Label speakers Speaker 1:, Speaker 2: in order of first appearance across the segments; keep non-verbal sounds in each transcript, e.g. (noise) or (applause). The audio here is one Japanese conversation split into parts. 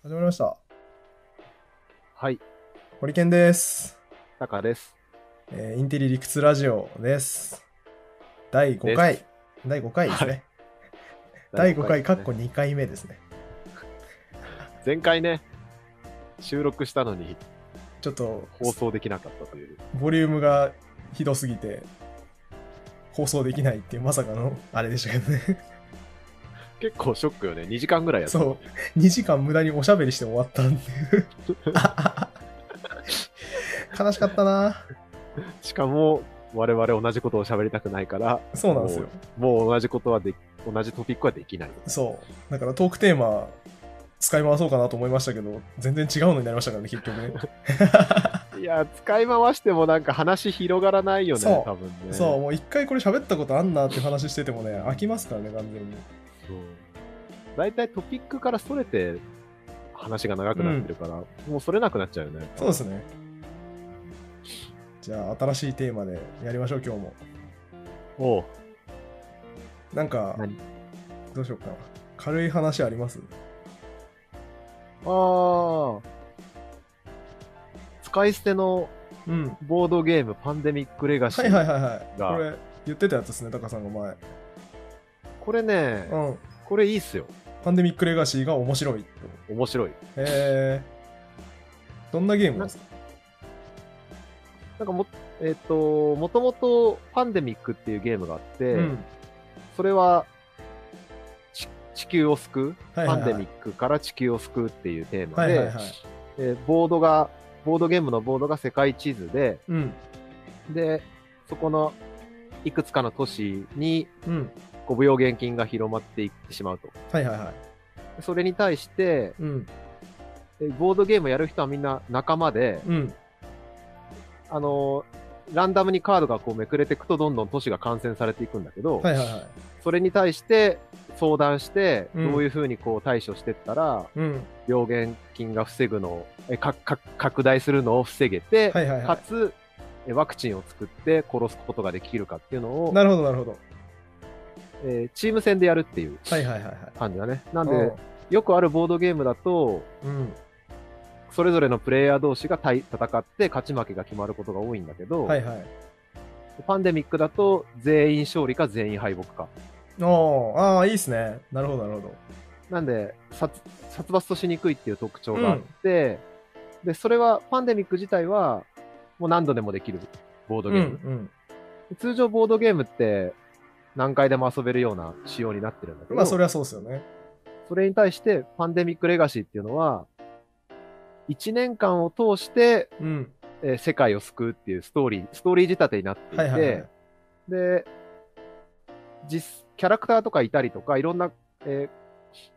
Speaker 1: 始まりました。
Speaker 2: はい、
Speaker 1: ホリケンです。
Speaker 2: タカです。
Speaker 1: えーインテリ理屈ラジオです。第5回。第5回ですね。第5回、
Speaker 2: です
Speaker 1: か
Speaker 2: ね
Speaker 1: っこ2回目ですね。
Speaker 2: 前回ね、収録したのに
Speaker 1: ちょっと、
Speaker 2: 放送できなかったという。
Speaker 1: ボリュームがひどすぎて、放送できないっていう、まさかのあれでしたけどね。
Speaker 2: 結構ショックよね。2時間ぐらいやった。
Speaker 1: そう。2時間無駄におしゃべりして終わったんで。 (laughs) 悲しかったな
Speaker 2: しかも、我々同じことを喋りたくないから、
Speaker 1: そうなんですよ。
Speaker 2: もう同じことはで、同じトピックはできない。
Speaker 1: そう。だからトークテーマ、使い回そうかなと思いましたけど、全然違うのになりましたからね、結局ね。
Speaker 2: いや、使い回してもなんか話広がらないよね、
Speaker 1: そう
Speaker 2: 多分ね。
Speaker 1: そう、もう一回これ喋ったことあんなっていう話しててもね、 (laughs) 飽きますからね、完全に。
Speaker 2: そう。大体トピックからそれて、話が長くなってるから、もうそれなくなっちゃうよね。
Speaker 1: そうですね。じゃあ、新しいテーマでやりましょう、今日も。
Speaker 2: おう
Speaker 1: なんか、
Speaker 2: 何
Speaker 1: どうしようかな。軽い話あります
Speaker 2: ああ。使い捨ての
Speaker 1: うん。は
Speaker 2: ボードゲーム、パンデミックレガシー。
Speaker 1: いはいはいはい。
Speaker 2: が
Speaker 1: これ、言ってたやつですね、タカさんが前。
Speaker 2: これね、
Speaker 1: うん。
Speaker 2: これいいっすよ。
Speaker 1: パンデミックレガシーが面白いと。
Speaker 2: 面白い。
Speaker 1: えー。どんなゲームなんですか
Speaker 2: なんかも、えっ、と、もともとパンデミックっていうゲームがあって、
Speaker 1: うん。
Speaker 2: それは、ち地球を救う、
Speaker 1: はいはいはい
Speaker 2: パンデミックから地球を救うっていうテーマ
Speaker 1: は
Speaker 2: で、
Speaker 1: いはいはい。
Speaker 2: えーボードが、ボードゲームのボードが世界地図で、
Speaker 1: うん。
Speaker 2: で、そこのいくつかの都市に、
Speaker 1: うん。
Speaker 2: こう舞踊現金が広まっていってしまうと。
Speaker 1: はいはいはい。
Speaker 2: それに対して、
Speaker 1: うん。
Speaker 2: えーボードゲームやる人はみんな仲間で、
Speaker 1: うん。
Speaker 2: あのーランダムにカードがこうめくれていくとどんどん都市が感染されていくんだけど、
Speaker 1: はいはいはい。
Speaker 2: それに対して相談して、
Speaker 1: うん
Speaker 2: どういうふうにこう対処していったら、
Speaker 1: うん。
Speaker 2: 病原菌が防ぐのをえかか、拡大するのを防げて、
Speaker 1: はいはいは
Speaker 2: かつ、えワクチンを作って殺すことができるかっていうの
Speaker 1: い。
Speaker 2: を、
Speaker 1: なるほどなるほど。
Speaker 2: えーチーム戦でやるっていう
Speaker 1: はいはいはいはい。
Speaker 2: 感じだね。なん
Speaker 1: うん
Speaker 2: で、よくあるボードゲームだと、
Speaker 1: うん。
Speaker 2: それぞれのプレイヤー同士が対戦って勝ち負けが決まることが多いんだけど、
Speaker 1: はいはい。
Speaker 2: パンデミックだと全員勝利か全員敗北か。
Speaker 1: おーああ、いいですね。なるほど、なるほ
Speaker 2: なんで、殺殺伐としにくいっていう特徴があって、で、それは、パンデミック自体は、もう何度でもできるボード
Speaker 1: ど。
Speaker 2: ゲーム。
Speaker 1: うん
Speaker 2: 通常ボードゲームって、何回でも遊べるような仕様になってるんだ
Speaker 1: う
Speaker 2: けど、
Speaker 1: ん。まあ、それはそうですよね。
Speaker 2: それに対して、パンデミックレガシーっていうのは、1年間を通して、
Speaker 1: うん。
Speaker 2: えー世界を救うっていうストーリー、ストーリー仕立てになっていて、
Speaker 1: はいはいはい。
Speaker 2: で、実、キャラクターとかいたりとか、いろんな、えー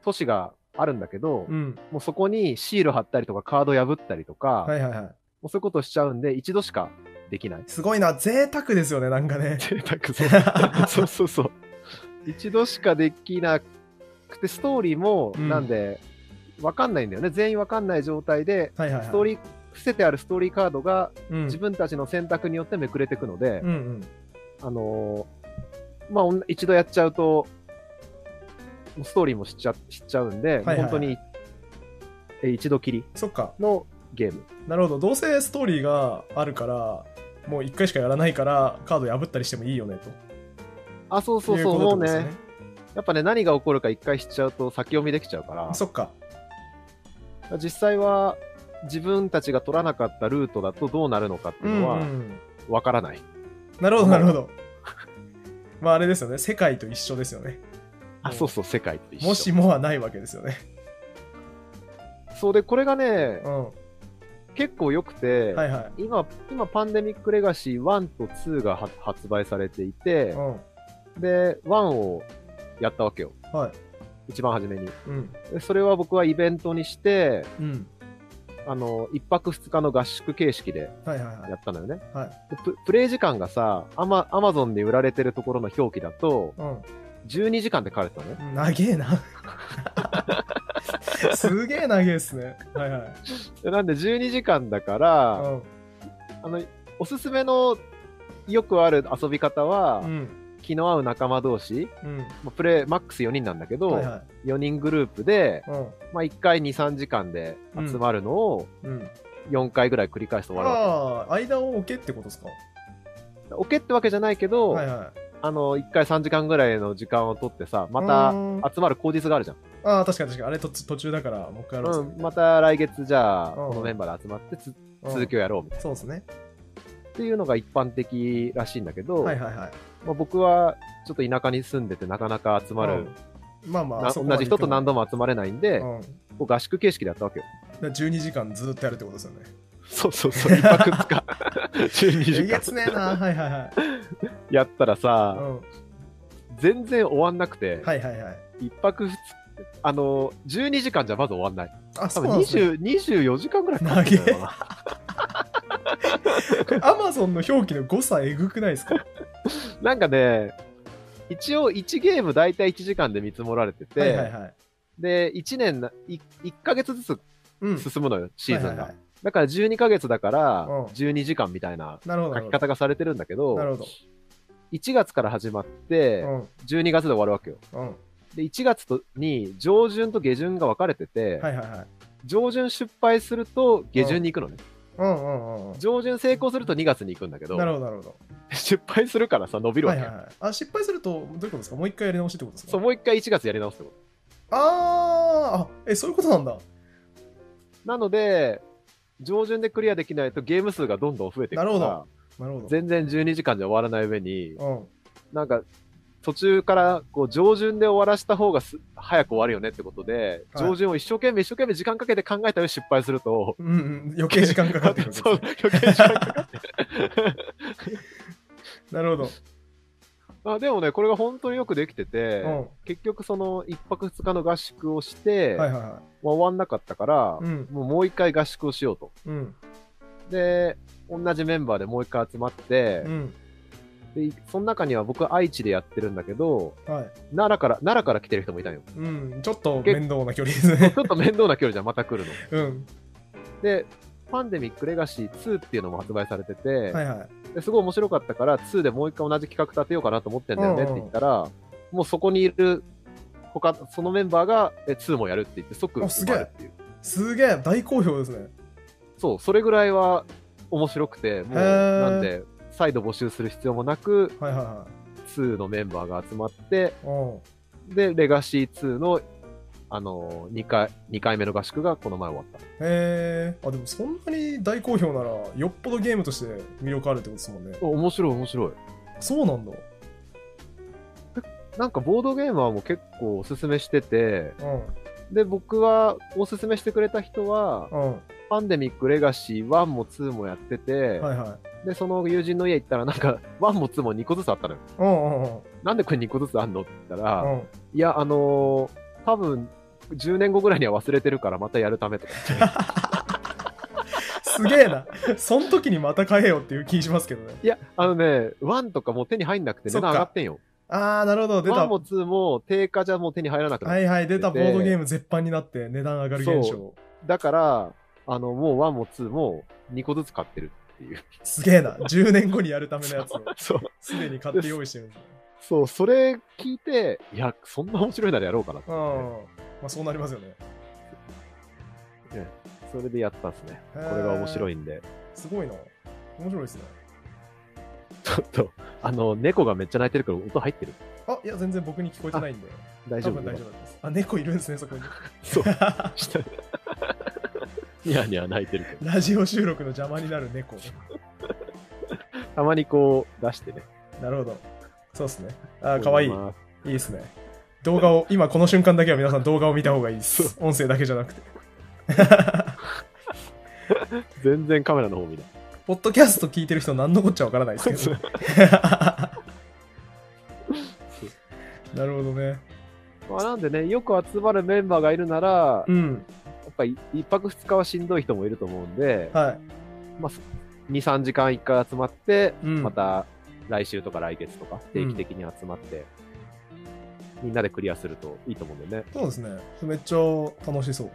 Speaker 2: 都市があるんだけど、
Speaker 1: うん。
Speaker 2: もうそこにシール貼ったりとか、カード破ったりとか、
Speaker 1: はいはいはい。
Speaker 2: もうそういうことしちゃうんで、一度しかできない。 (laughs)
Speaker 1: すごいな、贅沢ですよね、なんかね。
Speaker 2: 贅
Speaker 1: (laughs)
Speaker 2: 沢そうそうそう。一度しかできなくて、ストーリーも、
Speaker 1: うん
Speaker 2: なんで、わかんないんだよね。全員わかんない状態で、
Speaker 1: はいはいはい。
Speaker 2: ストーリー、伏せてあるストーリーカードが
Speaker 1: うん、
Speaker 2: 自分たちの選択によってめくれていくので、
Speaker 1: うんうん。
Speaker 2: あのーまあおん、一度やっちゃうと、もうストーリーも知っちゃ知っちゃうんで、
Speaker 1: はいはい
Speaker 2: 本当に、え一度きり
Speaker 1: そっか。
Speaker 2: のゲーム。
Speaker 1: なるほど。どうせストーリーがあるから、もう一回しかやらないから、カード破ったりしてもいいよね、と。
Speaker 2: あ、そうそう
Speaker 1: い
Speaker 2: そう、
Speaker 1: こと
Speaker 2: もう
Speaker 1: ですよ
Speaker 2: ね、やっぱね、何が起こるか一回知っちゃうと先読みできちゃうから、
Speaker 1: そっか。
Speaker 2: 実際は自分たちが取らなかったルートだとどうなるのかって
Speaker 1: う
Speaker 2: いうのは
Speaker 1: んうん。
Speaker 2: わからない。
Speaker 1: なるほど、なるほど。まあ、あれですよね。世界と一緒ですよね。
Speaker 2: あ、そうそう、世界と一緒。
Speaker 1: もしもはないわけですよね。
Speaker 2: そうで、これがね
Speaker 1: う、ん。は
Speaker 2: 結構良くて、
Speaker 1: いは
Speaker 2: 今、今、パンデミックレガシー1と2がは発売されてい
Speaker 1: い。
Speaker 2: て
Speaker 1: う、ん。
Speaker 2: で、1をやったわけよ。
Speaker 1: はい。
Speaker 2: 一番初めに。
Speaker 1: うん。
Speaker 2: でそれは僕はイベントにして、
Speaker 1: うん。
Speaker 2: あの、一泊二日の合宿形式で
Speaker 1: はいはいはい
Speaker 2: や。ったのよね。
Speaker 1: はい。
Speaker 2: でププレイ時間がさ、アマ、アマゾンで売られてるところの表記だと、
Speaker 1: うん。
Speaker 2: 12時間で書かれてたのね。
Speaker 1: 長え
Speaker 2: (laughs)
Speaker 1: な。すげえ長えっすね。はいはい。
Speaker 2: でなんで12時間だから、
Speaker 1: うん
Speaker 2: あの、おすすめのよくある遊び方は、
Speaker 1: うん。
Speaker 2: 気の合う仲間同士、
Speaker 1: うん。
Speaker 2: まあプレイマックス4人なんだけど、
Speaker 1: はいは
Speaker 2: 4人グループで、
Speaker 1: い。うん。
Speaker 2: まあ、1回2、3時間で集まるのを
Speaker 1: うん、
Speaker 2: 4回ぐらい繰り返して終わるわ
Speaker 1: ああ、間を置けってことですか
Speaker 2: け。オケってわけじゃないけど、
Speaker 1: はいは
Speaker 2: あの、1回3時間ぐらいの時間を取ってさ、ま
Speaker 1: うーん
Speaker 2: た集まる口実があるじゃん。
Speaker 1: い。ああ、確かに確かに。あれとつ途中だから、もう一回やろう
Speaker 2: う
Speaker 1: ぜ
Speaker 2: ん、また来月じゃあ、
Speaker 1: うん
Speaker 2: このメンバーで集まってつ
Speaker 1: うん
Speaker 2: 続きをやろうみたい
Speaker 1: そうですね。
Speaker 2: な。っていうのが一般的らしいんだけど、
Speaker 1: はいはいはい。
Speaker 2: まあ、僕はちょっと田舎に住んでてなかなか集まる、
Speaker 1: うん。まあま
Speaker 2: な
Speaker 1: あ、そこま
Speaker 2: 同
Speaker 1: で
Speaker 2: じ人と何度も集まれないんで、
Speaker 1: うん。
Speaker 2: こう合宿形式でやったわけよ。
Speaker 1: だから12時間ずっとやるってことですよね。
Speaker 2: そうそうそう、1泊2日、12 (laughs)
Speaker 1: え
Speaker 2: 時
Speaker 1: げ
Speaker 2: 間
Speaker 1: つねえな。はいはいはい。
Speaker 2: やったら
Speaker 1: う
Speaker 2: さ、
Speaker 1: ん。
Speaker 2: 全然終わんなくて、
Speaker 1: はいはいはい。
Speaker 2: 一泊二日、あの、12時間じゃまず終わんない。
Speaker 1: あ、
Speaker 2: 多
Speaker 1: そう
Speaker 2: 分
Speaker 1: なんですね。
Speaker 2: 20 24時間ぐらいかかってんだよな。
Speaker 1: アマゾンの表記の誤差えぐくないですか
Speaker 2: (laughs) なんかね、一応1ゲーム大体1時間で見積もられてて、
Speaker 1: はいはいはい。
Speaker 2: で、1年な、1, ヶ月ずつ
Speaker 1: うん。
Speaker 2: 進むのよ、シーズンが。
Speaker 1: はいはいはい
Speaker 2: だから12ヶ月だから
Speaker 1: うん、
Speaker 2: 12時間みたいな
Speaker 1: なるほど。な
Speaker 2: 書き
Speaker 1: るほ
Speaker 2: 方がされてるんだけ
Speaker 1: ど。
Speaker 2: ど、
Speaker 1: なるほど。
Speaker 2: 1月から始まって、12月で終わるわけよ。
Speaker 1: うん。うん。
Speaker 2: で、1月とに上旬と下旬が分かれてて、
Speaker 1: はいはいはい。
Speaker 2: 上旬失敗すると下旬に行くのね。
Speaker 1: うんうんうんうん。
Speaker 2: 上旬成功すると2月に行くんだけど、
Speaker 1: なるほどなるほど。
Speaker 2: 失敗するからさ、伸びるわ
Speaker 1: はい
Speaker 2: けよ。
Speaker 1: はいはい。あ、失敗すると、どういうことですかもう一回やり直しってことですか
Speaker 2: そう、もう一回1月やり直すってこと。
Speaker 1: あーあ、え、そういうことなんだ。
Speaker 2: なので、上旬でクリアできないとゲーム数がどんどん増えていくか
Speaker 1: なるほ
Speaker 2: ら
Speaker 1: ど、なるほど。
Speaker 2: 全然12時間じゃ終わらない上に、
Speaker 1: うん。
Speaker 2: なんか途中からこう上旬で終わらした方がす早く終わるよねってことで、
Speaker 1: はい
Speaker 2: 上旬を一生懸命一生懸命時間かけて考えた上失敗する
Speaker 1: (laughs)
Speaker 2: と、
Speaker 1: うんうん、余計時間かかってくる。 (laughs)
Speaker 2: そう、余計時間かかって
Speaker 1: なるほど。
Speaker 2: (laughs) あでもね、これが本当によくできてて、
Speaker 1: う
Speaker 2: 結局その1泊2日の合宿をして、
Speaker 1: ん。はいはいは
Speaker 2: まあ終わんなかったから、
Speaker 1: い。うん。
Speaker 2: もうもう一回合宿をしようと。
Speaker 1: うん。
Speaker 2: で、同じメンバーでもう一回集まって、
Speaker 1: うん。
Speaker 2: で、その中には僕、愛知でやってるんだけど、
Speaker 1: はい。
Speaker 2: 奈良から、奈良から来てる人もいたんよ。
Speaker 1: うん。ちょっと面倒な距離ですね (laughs)
Speaker 2: ち。ょっと面倒な距離じゃん、また来るの。
Speaker 1: うん。
Speaker 2: で、パンデミックレガシー2っていうのも発売されてて、
Speaker 1: はいはい。
Speaker 2: ですごい面白かったから、2でもう一回同じ企画立てようかなと思ってんだよねって言ったら、もうそこにいる、他、そのメンバーが、え、2もやるって言って即
Speaker 1: あすげえ
Speaker 2: 埋まるっていう。
Speaker 1: すげえ、大好評ですね。
Speaker 2: そう、それぐらいは面白くて、もう、
Speaker 1: へー
Speaker 2: なんで、再度募集する必要もなく、
Speaker 1: はいはいは
Speaker 2: 2のメンバーが集まって、
Speaker 1: い。うん。
Speaker 2: で、レガシー2の、あのー、2回、二回目の合宿がこの前終わっ
Speaker 1: へえ。あ、でもそんなに大好評なら、よっぽどゲームとして魅力あるってことですもんね
Speaker 2: た。。面白い、面白い。
Speaker 1: そうなんだ。
Speaker 2: なんか、ボードゲーマーも結構おすすめしてて、
Speaker 1: う
Speaker 2: で、僕は、おすすめしてくれた人は、
Speaker 1: ん。うん。
Speaker 2: パンデミック、レガシー1も2もやってて、
Speaker 1: はいはい。
Speaker 2: で、その友人の家行ったら、なんか、1も2も2個ずつあったのよ。
Speaker 1: うんうんうん。
Speaker 2: なんでこれ2個ずつあんのって言ったら、
Speaker 1: うん。
Speaker 2: いや、あのー多分、10年後ぐらいには忘れてるから、またやるためとか言
Speaker 1: (laughs)
Speaker 2: って。
Speaker 1: すげえな。そん時にまた変えようっていう気しますけどね。
Speaker 2: いや、あのね、1とかもう手に入んなくて値
Speaker 1: そっか
Speaker 2: 段上がってんよ。
Speaker 1: あー、なるほど。出
Speaker 2: 1
Speaker 1: た。
Speaker 2: も2も定価じゃもう手に入らなくなっ
Speaker 1: はいはい、出たボードゲーム絶版になって値段上がる現
Speaker 2: そ
Speaker 1: 象。
Speaker 2: だから、あの、もう1も2も2個ずつ買ってるっていう。
Speaker 1: すげえな。10年後にやるためのやつ
Speaker 2: (laughs)
Speaker 1: を
Speaker 2: そう。
Speaker 1: すでに買って用意してるんですね。
Speaker 2: そう、それ聞いて、いや、そんな面白いならやろうか
Speaker 1: う
Speaker 2: な
Speaker 1: ん。まあそうなりますよね。
Speaker 2: それでやったんですね。
Speaker 1: へ
Speaker 2: こ
Speaker 1: ー
Speaker 2: れが面白いんで。
Speaker 1: すごいな。面白いですね。
Speaker 2: ちょっと、あの、猫がめっちゃ鳴いてるから音入ってる。
Speaker 1: あ、いや、全然僕に聞こえてないんで。
Speaker 2: 大
Speaker 1: 多
Speaker 2: 丈夫
Speaker 1: 分大丈夫です。あ、猫いるんですね、そこに。 (laughs)
Speaker 2: そう。下ニャーニャー鳴いてるけど。
Speaker 1: ラジオ収録の邪魔になる猫。
Speaker 2: たまにこう出してね。
Speaker 1: なるほど。そうですね。あー、かわいい。い
Speaker 2: まあ
Speaker 1: いですね。動画
Speaker 2: (laughs)
Speaker 1: を、今この瞬間だけは皆さん動画を見た方がいいです。音声だけじゃなくて。
Speaker 2: 全然カメラの方見ない。
Speaker 1: ポッドキャスト聞いてる人何のこっちゃわからないですけど。 (laughs) なるほどね。
Speaker 2: まあ、なんでね、よく集まるメンバーがいるなら、
Speaker 1: うん。
Speaker 2: やっぱり一泊二日はしんどい人もいると思うんで、
Speaker 1: はい。
Speaker 2: まあ、2、3時間一回集まって、
Speaker 1: うん
Speaker 2: また来週とか来月とか定期的に集まって、みんなでクリアするといいと思うんだよね。
Speaker 1: そうですね。めっちゃ楽しそう。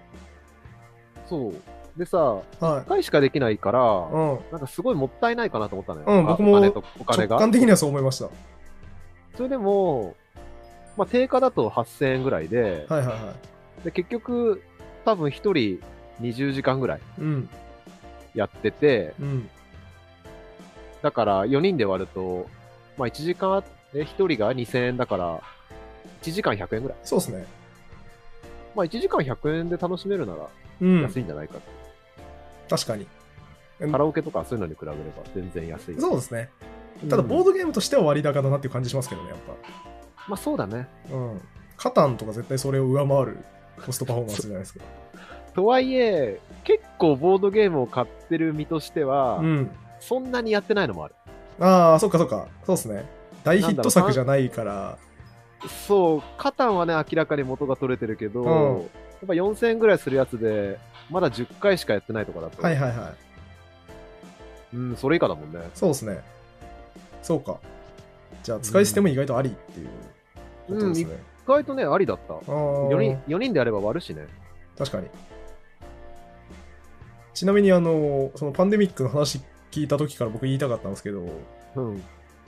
Speaker 2: そう。でさ、
Speaker 1: は
Speaker 2: 1
Speaker 1: い。
Speaker 2: 回しかできないから、
Speaker 1: うん。
Speaker 2: なんかすごいもったいないかなと思ったのよ。
Speaker 1: うん
Speaker 2: あ
Speaker 1: 僕も
Speaker 2: お金とお金
Speaker 1: 直
Speaker 2: が。
Speaker 1: 感的にはそう思いました。
Speaker 2: ちょそれでも、まあ、定価だと8000円ぐらいで、
Speaker 1: はいはいは
Speaker 2: で結局、多分1人20時間ぐらい
Speaker 1: い。うん。
Speaker 2: やってて、
Speaker 1: うん。
Speaker 2: だから4人で割ると、まあ、1時間あって、1人が2000円だから、1時間100円ぐらい。
Speaker 1: そうですね。
Speaker 2: まあ、1時間100円で楽しめるなら
Speaker 1: うん
Speaker 2: 安。いんじゃないか、
Speaker 1: 確かに。うん
Speaker 2: カラオケとかそういうのに比べれば全然安い。
Speaker 1: そうですね。ただ、ボー
Speaker 2: ド、
Speaker 1: ドゲームとしては割高だなっていう感じしますけどね、やっ
Speaker 2: まあそうだね。
Speaker 1: ぱ。うん。カタンとか絶対それを上回るコストパフォーマンスじゃないですか。
Speaker 2: とはいえ、結構ボードゲームを買ってる身としては、
Speaker 1: うん。
Speaker 2: そんなにやってないのもある。
Speaker 1: ああ、そっかそっか。そうですね。大ヒット作じゃないから。
Speaker 2: そう、カタンはね、明らかに元が取れてるけど、
Speaker 1: うん
Speaker 2: やっぱ4000円ぐらいするやつで、まだ10回しかやってないとかだと、
Speaker 1: はいはいはい。
Speaker 2: うん、それ以下だもんね。
Speaker 1: そうですね。そうか。じゃあ、使い捨ても意外とありっていうことですね。
Speaker 2: 意外とね、ありだった。
Speaker 1: あー
Speaker 2: 4人 ,4 人であれば割るしね。
Speaker 1: 確かに。ちなみに、あの、そのパンデミックの話聞いた時から僕言いたかったんですけど、
Speaker 2: うん。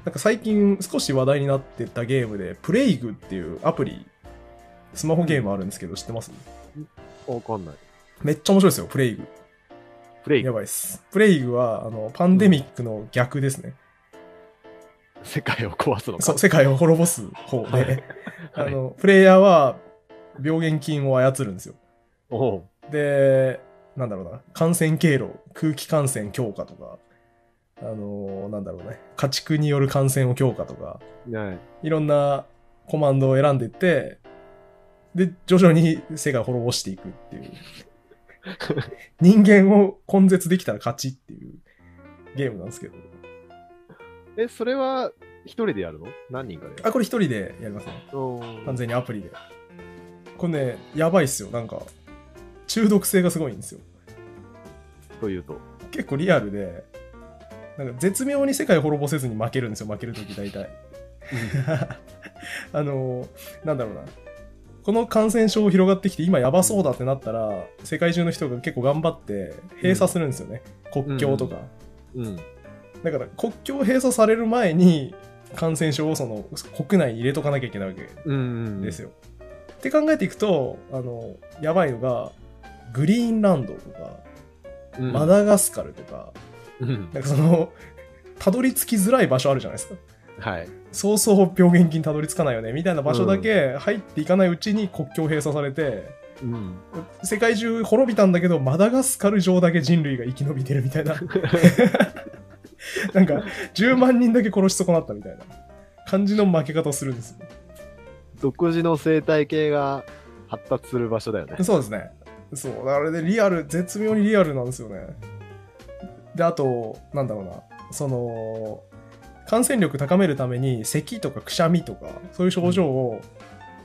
Speaker 1: なんか最近少し話題になってたゲームで、プレイグっていうアプリ、スマホゲームあるんですけど、知ってます
Speaker 2: わかんない。
Speaker 1: めっちゃ面白いですよ、プレイグ。
Speaker 2: プレイ
Speaker 1: や、ばいっす。プレイグは、あの、パンデミックの逆ですね。
Speaker 2: 世界を壊すのか。
Speaker 1: そう、世界を滅ぼす方
Speaker 2: は
Speaker 1: で
Speaker 2: い、
Speaker 1: (laughs) あ
Speaker 2: はい
Speaker 1: の、プレイヤーは病原菌を操るんですよ。
Speaker 2: おう
Speaker 1: で、なんだろうな、感染経路、空気感染強化とか、あのーなんだろうね、家畜による感染を強化とか、
Speaker 2: ね
Speaker 1: いろんなコマンドを選んでいって、で、徐々に世界を滅ぼしていくっていう。人間を根絶できたら勝ちっていうゲームなんですけど。
Speaker 2: え、それは、一人でやるの何人かでやる
Speaker 1: あ、これ一人でやりますね。
Speaker 2: うん
Speaker 1: 完全にアプリで。これね、やばいっすよ。なんか、中毒性がすごいんですよ。
Speaker 2: というと。
Speaker 1: 結構リアルで、なんか絶妙に世界を滅ぼせずに負けるんですよ、負けるとき大体。 (laughs) あのーなんだろうな。この感染症広がってきて、今やばそうだってなったら、世界中の人が結構頑張って閉鎖するんですよね。国境とか。
Speaker 2: うん。
Speaker 1: だから国境閉鎖される前に、感染症をその国内に入れとかなきゃいけないわけ
Speaker 2: うんうん。
Speaker 1: ですよ。って考えていくと、あの、やばいのが、グリーンランドとか、
Speaker 2: うん。
Speaker 1: マダガスカルとか、
Speaker 2: うん。
Speaker 1: なんかその、たどり着きづらい場所あるじゃないですか。
Speaker 2: はい。
Speaker 1: そうそう病原菌たどり着かないよね、みたいな場所だけ入っていかないうちに国境閉鎖されて、
Speaker 2: うん。
Speaker 1: 世界中滅びたんだけど、マダガスカル上だけ人類が生き延びてるみたいな。なんか、10万人だけ殺し損なったみたいな感じの負け方をするんですよ。
Speaker 2: 独自の生態系が発達する場所だよね。
Speaker 1: (laughs) そうですね。そう。あれでリアル、絶妙にリアルなんですよね。で、あと、なんだろうな。その、感染力高めるために、咳とかくしゃみとか、そういう症状を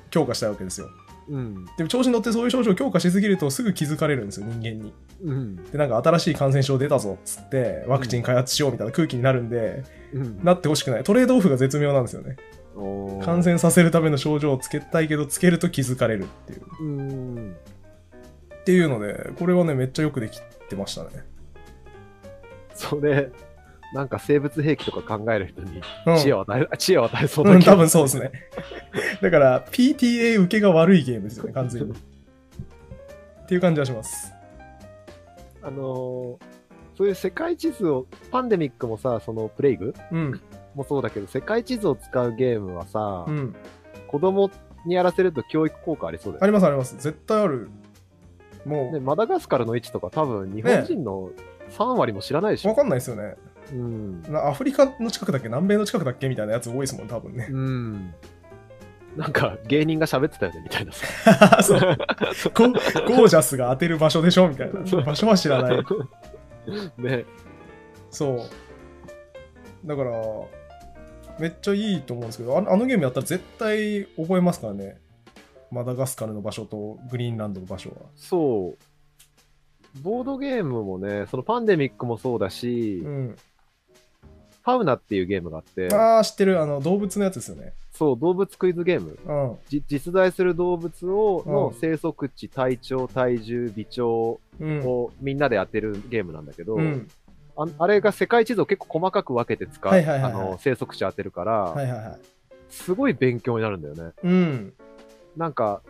Speaker 1: 強化したいわけですよ。
Speaker 2: うん。
Speaker 1: でも調子に乗ってそういう症状を強化しすぎるとすぐ気づかれるんですよ、人間に。
Speaker 2: うん。
Speaker 1: で、なんか新しい感染症出たぞっつって、ワクチン開発しようみたいな空気になるんで、
Speaker 2: うん。
Speaker 1: なってほしくない。トレードオフが絶妙なんですよね。
Speaker 2: おー
Speaker 1: 感。染させるための症状をつけたいけど、つけると気づかれるっていう。
Speaker 2: うん。
Speaker 1: っていうので、これはね、めっちゃよくできてましたね。
Speaker 2: それ、なんか生物兵器とか考える人に
Speaker 1: うん、
Speaker 2: 知恵を与え、 (laughs) 知恵を与えそう
Speaker 1: う、
Speaker 2: なん気が
Speaker 1: 多分そうですね。 (laughs) だから、PTA 受けが悪いゲームですよね、完全に。っていう感じはします。
Speaker 2: あのーそういう世界地図を、パンデミックもさ、そのプレイグ
Speaker 1: うん、
Speaker 2: もそうだけど、世界地図を使うゲームはさ、
Speaker 1: うん。
Speaker 2: 子供にやらせると教育効果ありそうだよ
Speaker 1: あります、あります。絶対ある。も
Speaker 2: ね。でマダガスカルの位置とか多分日本人の3割も知らないでし
Speaker 1: う、わ
Speaker 2: ょ。
Speaker 1: かんないですよね。
Speaker 2: うん。
Speaker 1: なアフリカの近くだっけ、南米の近くだっけみたいなやつ多いですもん、多分ね。 (laughs)
Speaker 2: うん。なんか芸人が喋ってたよねみたいなさ。
Speaker 1: そうゴゴージャスが当てる場所でしょみたいな。場所は知らない。
Speaker 2: (laughs) ね。
Speaker 1: そう。だから、めっちゃいいと思うんですけど、あのあのゲームやったら絶対覚えますからね。マダガスカルの場所とグリーンランドの場所は。
Speaker 2: そう。ボードゲームもね、そのパンデミックもそうだし、
Speaker 1: うん。
Speaker 2: ファウナっていうゲームがあって、
Speaker 1: ああ、知ってる。あの、動物のやつですよね。
Speaker 2: そう、動物クイズゲーム。
Speaker 1: うん。
Speaker 2: じ実在する動物を、
Speaker 1: うん
Speaker 2: の生息地、体長、体重、微長
Speaker 1: うん。
Speaker 2: をみんなで当てるゲームなんだけど、
Speaker 1: うん。
Speaker 2: ああれが世界地図を結構細かく分けて使う、
Speaker 1: はいはいはいはい
Speaker 2: あの生息地当てるから、
Speaker 1: はいはいはい。
Speaker 2: すごい勉強になるんだよね。
Speaker 1: うん。
Speaker 2: なんか、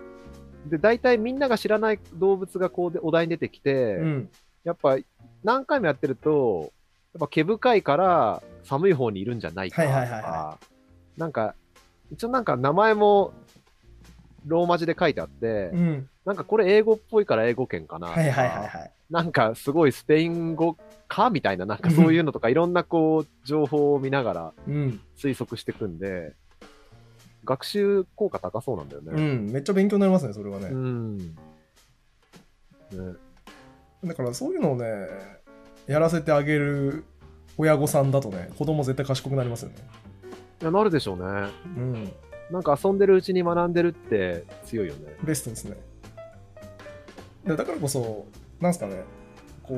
Speaker 2: で、大体みんなが知らない動物がこうでお題に出てきて、
Speaker 1: うん。
Speaker 2: やっぱ何回もやってると、やっぱ毛深いから寒い方にいるんじゃないかとか、
Speaker 1: はいはいはいは
Speaker 2: なんか、一応なんか名前もローマ字で書いてあって、
Speaker 1: うん。
Speaker 2: なんかこれ英語っぽいから英語圏かなとか、
Speaker 1: はいはいはいはい。
Speaker 2: なんかすごいスペイン語かみたいな、なんかそういうのとかいろんなこう情報を見ながら
Speaker 1: うん。
Speaker 2: 推測していくんで、学習効果高そうなんだよ
Speaker 1: う
Speaker 2: ね。
Speaker 1: ん。めっちゃ勉強になりますね、それはね。
Speaker 2: うん。ね、
Speaker 1: だからそういうのをね、やらせてあげる親御さんだとね、子供絶対賢くなりますよね。
Speaker 2: いやなるでしょうね。
Speaker 1: うん。
Speaker 2: なんか遊んでるうちに学んでるって強いよね。
Speaker 1: ベストですね。でだからこそ、なんすかね、こう、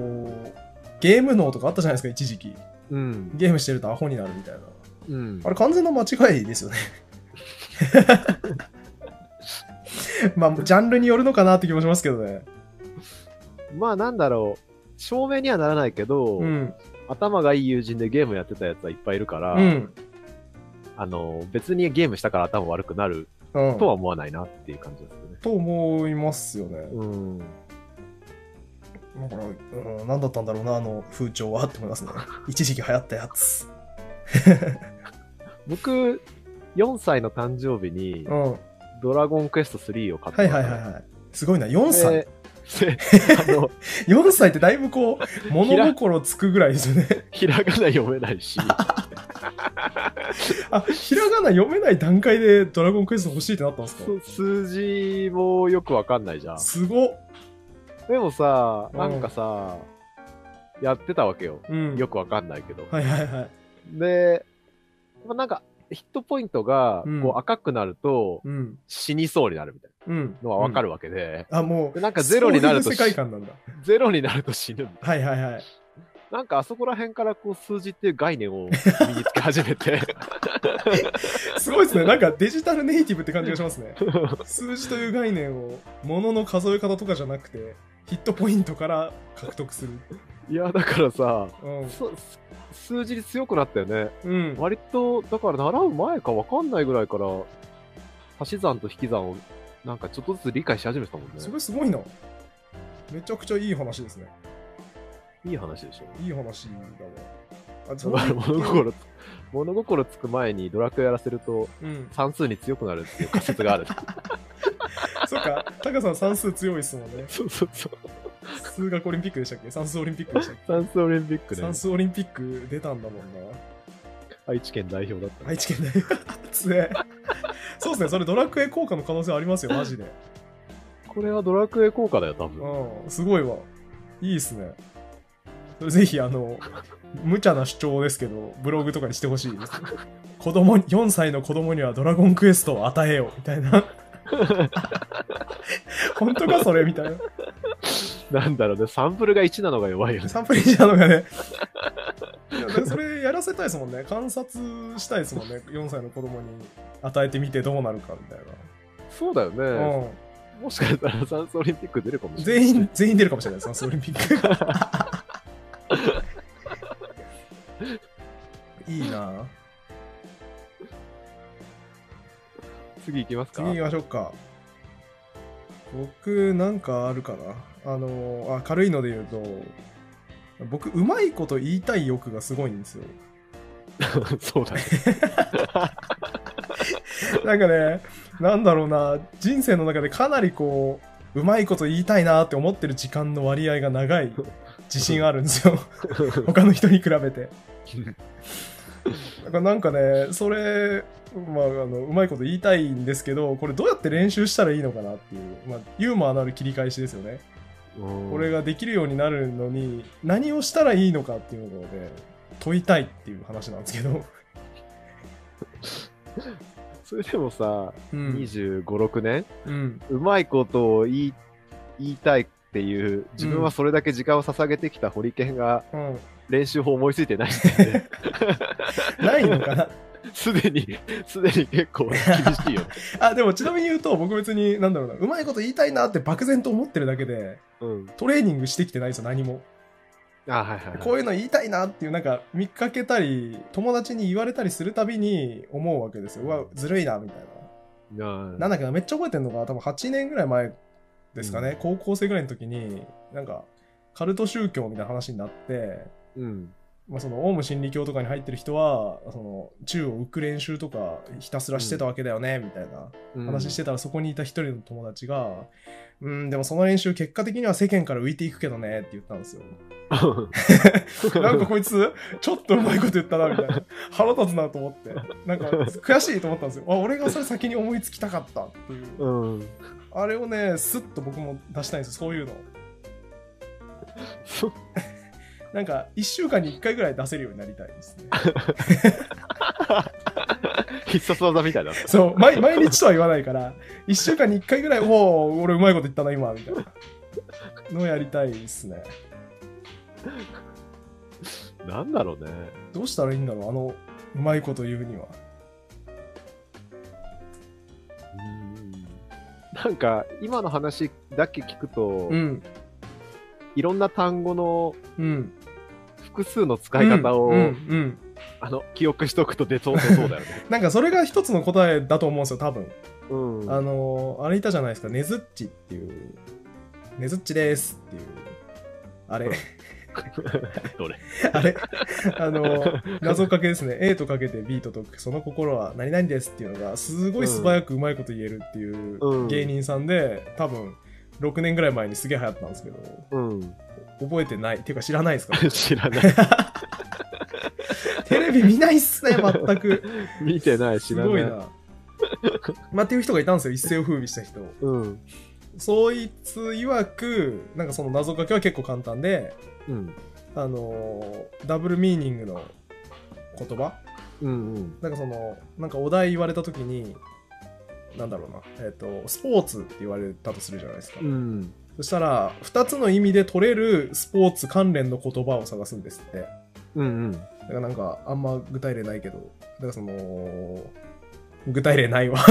Speaker 1: ゲーム脳とかあったじゃないですか、一時期。
Speaker 2: うん。
Speaker 1: ゲームしてるとアホになるみたいな。
Speaker 2: うん
Speaker 1: あ。れ完全な間違いですよね。 (laughs) まあ、ジャンルによるのかなって気もしますけどね。
Speaker 2: まあなんだろう。証明にはならないけど、
Speaker 1: うん。
Speaker 2: 頭がいい友人でゲームやってたやつはいっぱいいるから、
Speaker 1: うん。
Speaker 2: あの、別にゲームしたから頭悪くなる
Speaker 1: うん、
Speaker 2: とは思わないなっていう感じですよね。
Speaker 1: と思いますよね。
Speaker 2: うん。
Speaker 1: だから、うん、何だったんだろうな、あの風潮はって思いますね。一時期流行ったやつ。
Speaker 2: 僕、4歳の誕生日に
Speaker 1: う、ん。は
Speaker 2: ドラゴンクエスト3を買
Speaker 1: い
Speaker 2: って
Speaker 1: はいはいはい。すごいな、4歳。
Speaker 2: 歳あの、
Speaker 1: 4歳ってだいぶこう、物心つくぐらいですよね。
Speaker 2: (laughs) ひらがな読めな
Speaker 1: (laughs)
Speaker 2: いし、
Speaker 1: あ、ひらがな読めない段階でドラゴンクエスト欲しいってなったんですか
Speaker 2: そう数字もよくわかんないじゃん。
Speaker 1: すごっ。
Speaker 2: でもさ、
Speaker 1: うん
Speaker 2: なんかさ、やってたわけよ。
Speaker 1: うん。
Speaker 2: よくわかんないけど。
Speaker 1: はいはいはい。
Speaker 2: で、まあなんか、ヒットポイントが
Speaker 1: うん
Speaker 2: こう赤くなると
Speaker 1: うん。
Speaker 2: 死にそうになるみたい
Speaker 1: うん。
Speaker 2: なのはわか
Speaker 1: る。
Speaker 2: るわけで、
Speaker 1: あ、もう。
Speaker 2: なんかゼロになると
Speaker 1: そういう世界観なんだ。
Speaker 2: ゼロになると死ぬ。
Speaker 1: はいはいはい。
Speaker 2: なんかあそこら辺からこう数字っていう概念を身につけ始
Speaker 1: (laughs)
Speaker 2: めて、
Speaker 1: すごいですね。なんかデジタルネイティブって感じがします
Speaker 2: (laughs)
Speaker 1: ね。数字という概念を、ものの数え方とかじゃなくて、ヒットポイントから獲得する。
Speaker 2: いや、だからさ、
Speaker 1: うん。
Speaker 2: そ数字に強くなったよね。
Speaker 1: うん。
Speaker 2: 割と、だから習う前かわかんないぐらいから、足し算と引き算をなんかちょっとずつ理解し始めてたもんね。
Speaker 1: それすごいな。めちゃくちゃいい話ですね。
Speaker 2: いい話でしょ。
Speaker 1: いい話だわ。あ、
Speaker 2: だから (laughs) 物心つ、物心つく前にドラクエやらせると
Speaker 1: うん。
Speaker 2: 算数に強くなるっていう仮説がある。
Speaker 1: そっか、タカさん算数強いですもんね。
Speaker 2: (laughs) そうそうそう。
Speaker 1: 数学オリンピックでしたっけ算数オリンピックでしたっ
Speaker 2: 算数オリンピッ
Speaker 1: け
Speaker 2: クね
Speaker 1: 算。数オリンピック出たんだもんな。
Speaker 2: 愛知県代表だったね。
Speaker 1: 愛知県大学 (laughs) 強え。そうですね、それドラクエ効果の可能性ありますよ、マジで。
Speaker 2: これはドラクエ効果だよ、多分。
Speaker 1: うん、すごいわ。いいっすね。それぜひ、あの、無茶な主張ですけど、ブログとかにしてほしいです。子供に、4歳の子供にはドラゴンクエストを与えよう、みたいな。 (laughs) 本当か、それみたいな。
Speaker 2: なんだろうね、サンプルが1なのが弱いよね。
Speaker 1: サンプリンなのが
Speaker 2: (laughs)
Speaker 1: ね。いやだからそれやらせたいですもんね。観察したいですもんね。4歳の子供に与えてみてどうなるか、みたい
Speaker 2: そうだよね。
Speaker 1: な。うん。
Speaker 2: もしかしたら算数オリンピック出るかもしれない。
Speaker 1: 全員、全員出るかもしれないです、サンスオリンピ
Speaker 2: (laughs)
Speaker 1: ック。いいなぁ
Speaker 2: 次行きますか
Speaker 1: 次行きましょうか。僕、なんかあるかな。あのー、あ、軽いので言うと、僕、うまいこと言いたい欲がすごいんですよ。
Speaker 2: (laughs) そうだね。
Speaker 1: (laughs) なんかね、なんだろうな、人生の中でかなりこう、うまいこと言いたいなって思ってる時間の割合が長い自信あるんです (laughs) よ。他の人に比べ (laughs) て。だからなんかね、それ、まあ、あのうまいこと言いたいんですけど、これどうやって練習したらいいのかなっていう、まあ、ユーモアのある切り返しですよね。これ
Speaker 2: が。
Speaker 1: ができるようになるのに、何をしたらいいのかっていうので、問いたいっていう話なんですけど。
Speaker 2: それでもさ、
Speaker 1: うん。
Speaker 2: 25、6年、
Speaker 1: うん。
Speaker 2: うまいことを言い言いたいっていう、自分はそれだけ時間を捧げてきたホリケンが
Speaker 1: うん。
Speaker 2: 練習法思いついてないんで、
Speaker 1: ないのかな
Speaker 2: すでに、すでに結構厳しいよね。
Speaker 1: あ、でもちなみに言うと、僕別に、なんだろうな、うまいこと言いたいなって漠然と思ってるだけで、
Speaker 2: うん。
Speaker 1: トレーニングしてきてないですよ、何も。
Speaker 2: あはいはい、はい。
Speaker 1: こういうの言いたいなっていう、なんか見かけたり、友達に言われたりするたびに思うわけですよ。うわ、ずるいな、みたい
Speaker 2: な
Speaker 1: な。なんだっけな、めっちゃ覚えてんのが、多分8年ぐらい前ですかね、高校生ぐらいの時に、なんか、カルト宗教みたいな話になって、
Speaker 2: うん。
Speaker 1: まあ、そのオウム真理教とかに入ってる人は、その宙を浮く練習とかひたすらしてたわけだよね、みたいな
Speaker 2: うん
Speaker 1: 話
Speaker 2: (laughs)
Speaker 1: してたらそこにいた一人の友達が、うん、でもその練習結果的には世間から浮いていくけどねって言ったん
Speaker 2: (laughs)
Speaker 1: ですよ。なんかこいつ、ちょっとうまいこと言ったな、みたいな。腹立つなと思って。なんか悔しいと思ったんですよ。あ、俺がそれ先に思いつきたかったっていう。
Speaker 2: うん。
Speaker 1: あれをね、スッと僕も出したいんですよ、そういうの。
Speaker 2: そ
Speaker 1: なんか1週間に1回ぐらい出せるようになりたいですね。
Speaker 2: 必殺技みたいだな。
Speaker 1: そう毎、毎日とは言わないから、1週間に1回ぐらい、おお、俺うまいこと言ったな、今、みたいな。のやりたいですね。
Speaker 2: なんだろうね。
Speaker 1: どうしたらいいんだろう、あの、うまいこと言うには。
Speaker 2: うんなんか、今の話だけ聞くと、
Speaker 1: うん、
Speaker 2: いろんな単語の
Speaker 1: うん。
Speaker 2: 複数の使い方を、
Speaker 1: うん、うん。
Speaker 2: あの、記憶しとくと出そう出そうだよ
Speaker 1: (laughs)
Speaker 2: ね。
Speaker 1: なんかそれが一つの答えだと思うんですよ、多分。
Speaker 2: うん。
Speaker 1: あのーあれいたじゃないですか、ねずっちっていう、ねずっちですっていう、あれ、
Speaker 2: (laughs) どれ
Speaker 1: あれ、あのー謎かけですね、A とかけて B と解く、その心は何々ですっていうのが、すごい素早くうまいこと言えるっていううん芸人さんで、多分6年ぐらい前にすげえ流行ったんですけど、
Speaker 2: うん。 (laughs)
Speaker 1: 覚えてない、っていうか知らないですか
Speaker 2: 知らない。
Speaker 1: テレビ見ないっすね、全く。
Speaker 2: 見てない、知
Speaker 1: す
Speaker 2: らない。
Speaker 1: ごいな。まあ、っていう人がいたんですよ、一世を風靡した人。
Speaker 2: うん。
Speaker 1: そいつ曰く、なんかその謎かけは結構簡単で、
Speaker 2: うん。
Speaker 1: あのーダブルミーニングの言葉
Speaker 2: うんうん。
Speaker 1: なんかその、なんかお題言われたときに、なんだろうな、えっ、と、スポーツって言われたとするじゃないですか。
Speaker 2: うん。
Speaker 1: そしたら、2つの意味で取れるスポーツ関連の言葉を探すんですって。
Speaker 2: うんうん。
Speaker 1: だからなんか、あんま具体例ないけど、だからその、具体例ないわ。 (laughs)